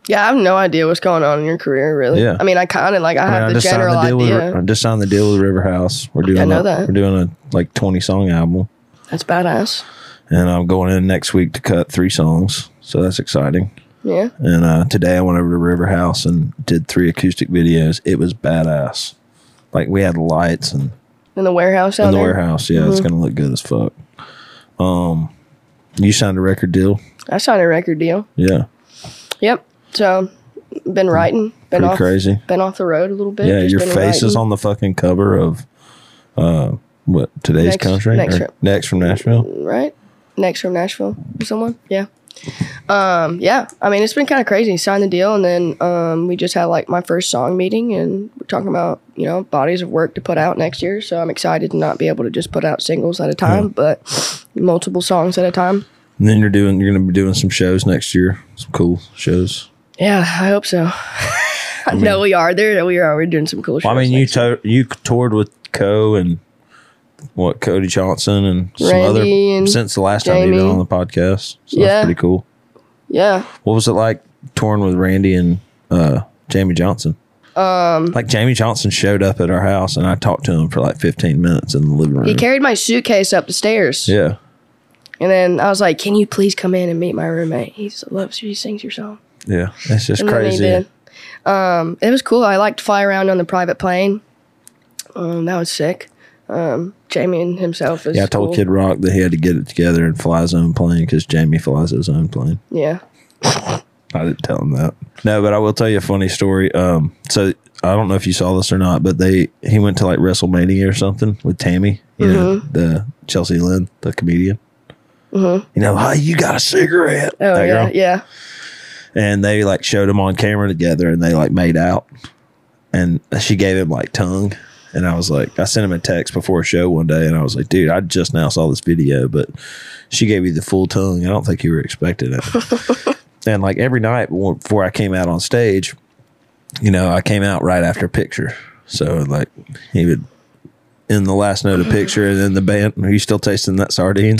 [SPEAKER 1] Yeah, I have no idea what's going on in your career, really.
[SPEAKER 2] Yeah.
[SPEAKER 1] I mean, I kind of like, I
[SPEAKER 2] I, mean,
[SPEAKER 1] have
[SPEAKER 2] I
[SPEAKER 1] the
[SPEAKER 2] just signed
[SPEAKER 1] general
[SPEAKER 2] the deal
[SPEAKER 1] idea.
[SPEAKER 2] with, I just signed the deal with River House. We're doing,
[SPEAKER 1] know
[SPEAKER 2] a,
[SPEAKER 1] that.
[SPEAKER 2] we're doing a like 20 song album,
[SPEAKER 1] That's badass.
[SPEAKER 2] and I'm going in next week to cut three songs. So that's exciting.
[SPEAKER 1] Yeah.
[SPEAKER 2] And uh, today I went over to River House and did three acoustic videos. It was badass. Like we had lights and
[SPEAKER 1] In the warehouse out
[SPEAKER 2] in the
[SPEAKER 1] Oh, there. Mm-hmm.
[SPEAKER 2] warehouse. Yeah, it's gonna look good as fuck. Um, you signed a record deal.
[SPEAKER 1] I signed a record deal.
[SPEAKER 2] Yeah,
[SPEAKER 1] Yep. So been writing, been
[SPEAKER 2] Hmm. pretty
[SPEAKER 1] off,
[SPEAKER 2] crazy.
[SPEAKER 1] been off the road a little bit.
[SPEAKER 2] Yeah,
[SPEAKER 1] just
[SPEAKER 2] your
[SPEAKER 1] been
[SPEAKER 2] face is
[SPEAKER 1] writing.
[SPEAKER 2] on the fucking cover of uh, what today's
[SPEAKER 1] Next-
[SPEAKER 2] country
[SPEAKER 1] Next Mm.
[SPEAKER 2] or
[SPEAKER 1] Trip.
[SPEAKER 2] next from Nashville.
[SPEAKER 1] right next from Nashville. Someone, yeah. Um, yeah. I mean, it's been kind of crazy. Signed the deal, and then um, we just had like my first song meeting, and we're talking about you know bodies of work to put out next year. So I'm excited to not be able to just put out singles at a
[SPEAKER 2] Hmm.
[SPEAKER 1] time, but multiple songs at a time.
[SPEAKER 2] And then you're doing you're gonna be doing some shows next year. Some cool shows.
[SPEAKER 1] Yeah, I hope so. I know we are there. We are. We're doing some cool.
[SPEAKER 2] Well, I
[SPEAKER 1] shows
[SPEAKER 2] mean, you
[SPEAKER 1] next year.
[SPEAKER 2] to- you toured with Co and what Cody Johnson and some other
[SPEAKER 1] Randy and
[SPEAKER 2] since the last time you've
[SPEAKER 1] Jamie.
[SPEAKER 2] been on the podcast. So
[SPEAKER 1] Yeah.
[SPEAKER 2] that's pretty cool.
[SPEAKER 1] yeah.
[SPEAKER 2] What was it like touring with Randy and uh, Jamie Johnson? Um, like Jamie Johnson showed up at our house and I talked to him for like 15 minutes in the living room.
[SPEAKER 1] He carried my suitcase up the stairs.
[SPEAKER 2] yeah,
[SPEAKER 1] And then I was like, "Can you please come in and meet my roommate? He s- loves you. He sings your song."
[SPEAKER 2] yeah, it's just
[SPEAKER 1] And then he
[SPEAKER 2] crazy.
[SPEAKER 1] did. Um, it was cool. I liked to fly around on the private plane. Um, that was sick. Um, Jamie and himself is.
[SPEAKER 2] Yeah, I told
[SPEAKER 1] cool.
[SPEAKER 2] Kid Rock that he had to get it together and fly his own plane because Jamie flies his own plane.
[SPEAKER 1] Yeah,
[SPEAKER 2] I didn't tell him that. No, but I will tell you a funny story. Um, so I don't know if you saw this or not, but they he went to like WrestleMania or something with Tammy, you know,
[SPEAKER 1] Mm-hmm.
[SPEAKER 2] the Chelsea Lynn, the comedian. You know, hey, you got a cigarette?
[SPEAKER 1] oh
[SPEAKER 2] That
[SPEAKER 1] yeah,
[SPEAKER 2] girl.
[SPEAKER 1] yeah.
[SPEAKER 2] And they like showed him on camera together, and they like made out, and she gave him like tongue. And I was like, I sent him a text before a show one day, and I was like, dude, I just now saw this video, but she gave you the full tongue. I don't think you were expecting it. and like every night w- before I came out on stage, you know, I came out right after picture. So like he would in the last note of picture and then the band are you still tasting that sardine?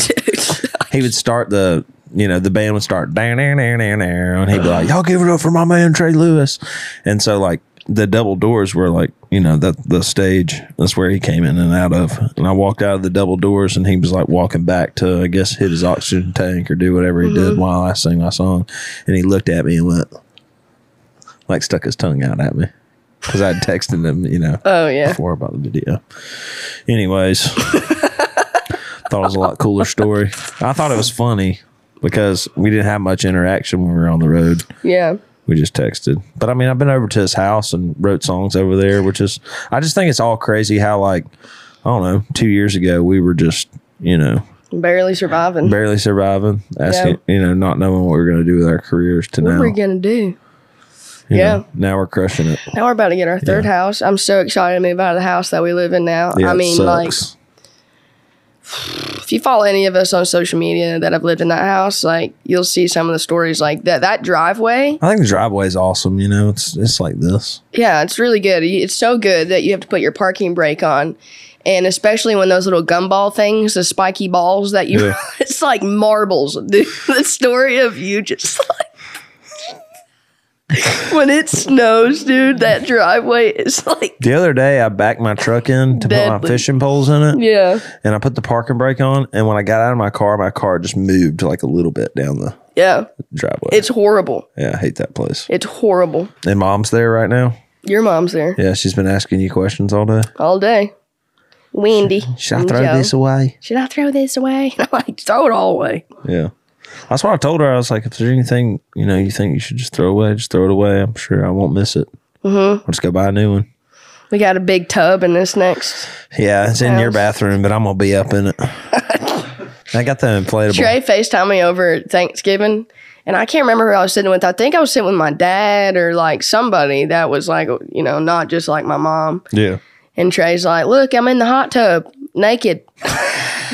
[SPEAKER 2] he would start the you know, the band would start down down down down down and he'd be like, Y'all give it up for my man Trey Lewis. And so like the double doors were like you know that the stage that's where he came in and out of and i walked out of the double doors and he was like walking back to i guess hit his oxygen tank or do whatever he did while i sang my song and he looked at me and went like stuck his tongue out at me because i'd texted him you know
[SPEAKER 1] Oh yeah.
[SPEAKER 2] before about the video anyways thought it was a lot cooler story i thought it was funny because we didn't have much interaction when we were on the road
[SPEAKER 1] Yeah.
[SPEAKER 2] we just texted. But I mean, I've been over to his house and wrote songs over there, which is, I just think it's all crazy how, like, I don't know, two years ago, we were just, you know,
[SPEAKER 1] Barely surviving.
[SPEAKER 2] barely surviving, asking, you know, not knowing what we are going to do with our careers to
[SPEAKER 1] what
[SPEAKER 2] now.
[SPEAKER 1] are we gonna do?
[SPEAKER 2] you
[SPEAKER 1] yeah.
[SPEAKER 2] know, now we're crushing it.
[SPEAKER 1] Now we're about to get our third house. I'm so excited to move out of the house that we live in now.
[SPEAKER 2] Yeah,
[SPEAKER 1] I
[SPEAKER 2] it
[SPEAKER 1] mean, like,
[SPEAKER 2] sucks.
[SPEAKER 1] if you follow any of us on social media that have lived in that house, like, you'll see some of the stories like that. That driveway,
[SPEAKER 2] I think the driveway is awesome. You know, it's it's like this.
[SPEAKER 1] yeah, it's really good. You- It's so good that you have to put your parking brake on. And especially when those little gumball things, the spiky balls that you,
[SPEAKER 2] Yeah.
[SPEAKER 1] it's like marbles. Dude. The story of you just like, when it snows, dude, that driveway is like,
[SPEAKER 2] The other day, I backed my truck in to put my
[SPEAKER 1] Deadly.
[SPEAKER 2] fishing poles in it,
[SPEAKER 1] yeah,
[SPEAKER 2] and I put the parking brake on. And when I got out of my car, my car just moved like a little bit down the
[SPEAKER 1] yeah.
[SPEAKER 2] driveway.
[SPEAKER 1] It's horrible.
[SPEAKER 2] yeah, I hate that place.
[SPEAKER 1] It's horrible.
[SPEAKER 2] And mom's there right now.
[SPEAKER 1] Your mom's there
[SPEAKER 2] Yeah, she's been asking you questions all day.
[SPEAKER 1] all day. Wendy.
[SPEAKER 2] Should I
[SPEAKER 1] and
[SPEAKER 2] throw
[SPEAKER 1] Joe.
[SPEAKER 2] this away?
[SPEAKER 1] Should I throw this away? I'm like, throw it all away.
[SPEAKER 2] Yeah. That's what I told her. I was like, if there's anything, you know, you think you should just throw away, just throw it away. I'm sure I won't miss it. Mm-hmm. I'll just go buy a new one.
[SPEAKER 1] We got a big tub in this next.
[SPEAKER 2] Yeah, it's in your
[SPEAKER 1] House.
[SPEAKER 2] bathroom, but I'm going to be up in it. I got the inflatable.
[SPEAKER 1] Trey FaceTimed me over Thanksgiving, and I can't remember who I was sitting with. I think I was sitting with my dad or like somebody that was like, you know, not just like my mom.
[SPEAKER 2] Yeah.
[SPEAKER 1] And Trey's like, look, I'm in the hot tub, naked.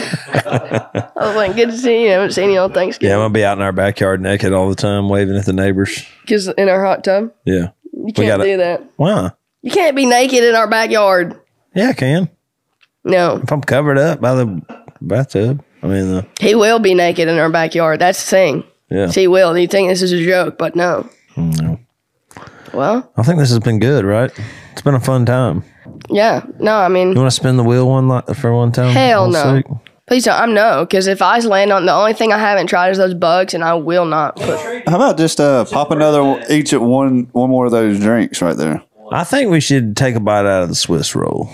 [SPEAKER 1] I was like, good to see you. I haven't seen you all
[SPEAKER 2] Yeah, I'm
[SPEAKER 1] Thanksgiving.
[SPEAKER 2] going to be out in our backyard naked all the time, waving at the neighbors.
[SPEAKER 1] Because in our hot tub,
[SPEAKER 2] Yeah.
[SPEAKER 1] you can't
[SPEAKER 2] gotta-
[SPEAKER 1] do that.
[SPEAKER 2] Wow.
[SPEAKER 1] You can't be naked in our backyard.
[SPEAKER 2] Yeah, I can.
[SPEAKER 1] No,
[SPEAKER 2] If I'm covered up by the bathtub, I mean, the,
[SPEAKER 1] he will be naked in our backyard. That's the thing.
[SPEAKER 2] yeah. Mm,
[SPEAKER 1] He will. You think this is a joke, but no. Well,
[SPEAKER 2] I think this has been good, right? It's been a fun time.
[SPEAKER 1] yeah. No, I mean,
[SPEAKER 2] You want to spin the wheel one lot for one time?
[SPEAKER 1] Hell
[SPEAKER 2] One
[SPEAKER 1] no.
[SPEAKER 2] sec?
[SPEAKER 1] please don't. I'm no, because if I land on the only thing I haven't tried is those bugs, and I will not put.
[SPEAKER 4] How about just uh, pop another one- each at one one more of those drinks right there?
[SPEAKER 2] I think we should take a bite out of the Swiss roll.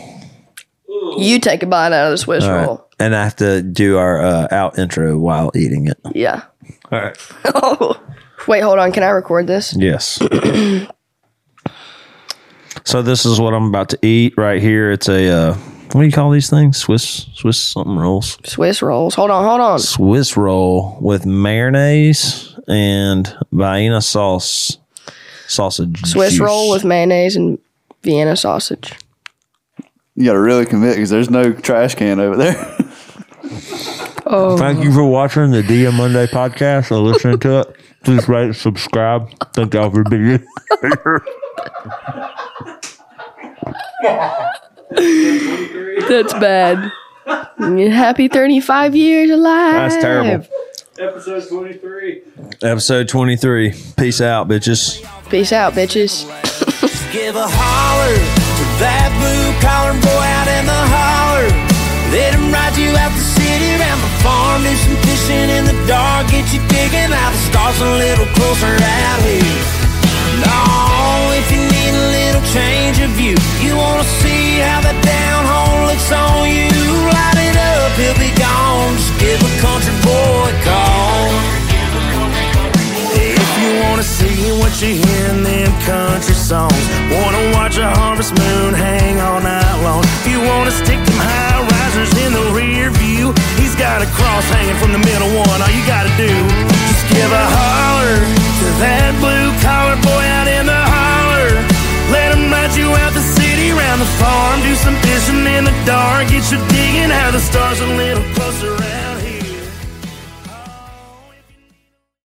[SPEAKER 1] You take a bite out of the Swiss
[SPEAKER 2] All right.
[SPEAKER 1] roll.
[SPEAKER 2] And I have to do our uh, out intro while eating it.
[SPEAKER 1] Yeah.
[SPEAKER 2] All right.
[SPEAKER 1] Wait, hold on. Can I record this?
[SPEAKER 2] Yes. so this is what I'm about to eat right here. It's a uh, what do you call these things? Swiss Swiss something rolls.
[SPEAKER 1] Swiss rolls. Hold on. Hold on.
[SPEAKER 2] Swiss roll with mayonnaise and Vienna sauce sausage.
[SPEAKER 1] Swiss
[SPEAKER 2] juice.
[SPEAKER 1] roll with mayonnaise and Vienna sausage.
[SPEAKER 4] You got to really commit because there's no trash can over there.
[SPEAKER 2] Thank you for watching the DM Monday podcast or listening to it. Please rate, subscribe. Thank y'all for being here.
[SPEAKER 1] That's bad. Happy 35 years alive.
[SPEAKER 2] That's terrible.
[SPEAKER 5] Episode 23.
[SPEAKER 2] Episode 23. Peace out, bitches.
[SPEAKER 1] Peace out, bitches.
[SPEAKER 3] Give a holler to that blue collar boy out in the holler. Let him ride you out the city, around the farm, do some fishing in the dark, get you digging out the stars a little closer out here. No, if you need a little change of view, you wanna see how the down home looks on you. Light it up, he'll be gone. Just give a country boy a call. If you wanna see what you hear in them country songs, wanna watch a harvest moon hang all night long. If you wanna stick them high risers in the rear view, he's got a cross hanging from the middle one. All you gotta do just give a holler to that blue collar boy out in the holler. Let him ride you out the city, round the farm, do some fishing in the dark, get you digging how the stars a little closer. Oh,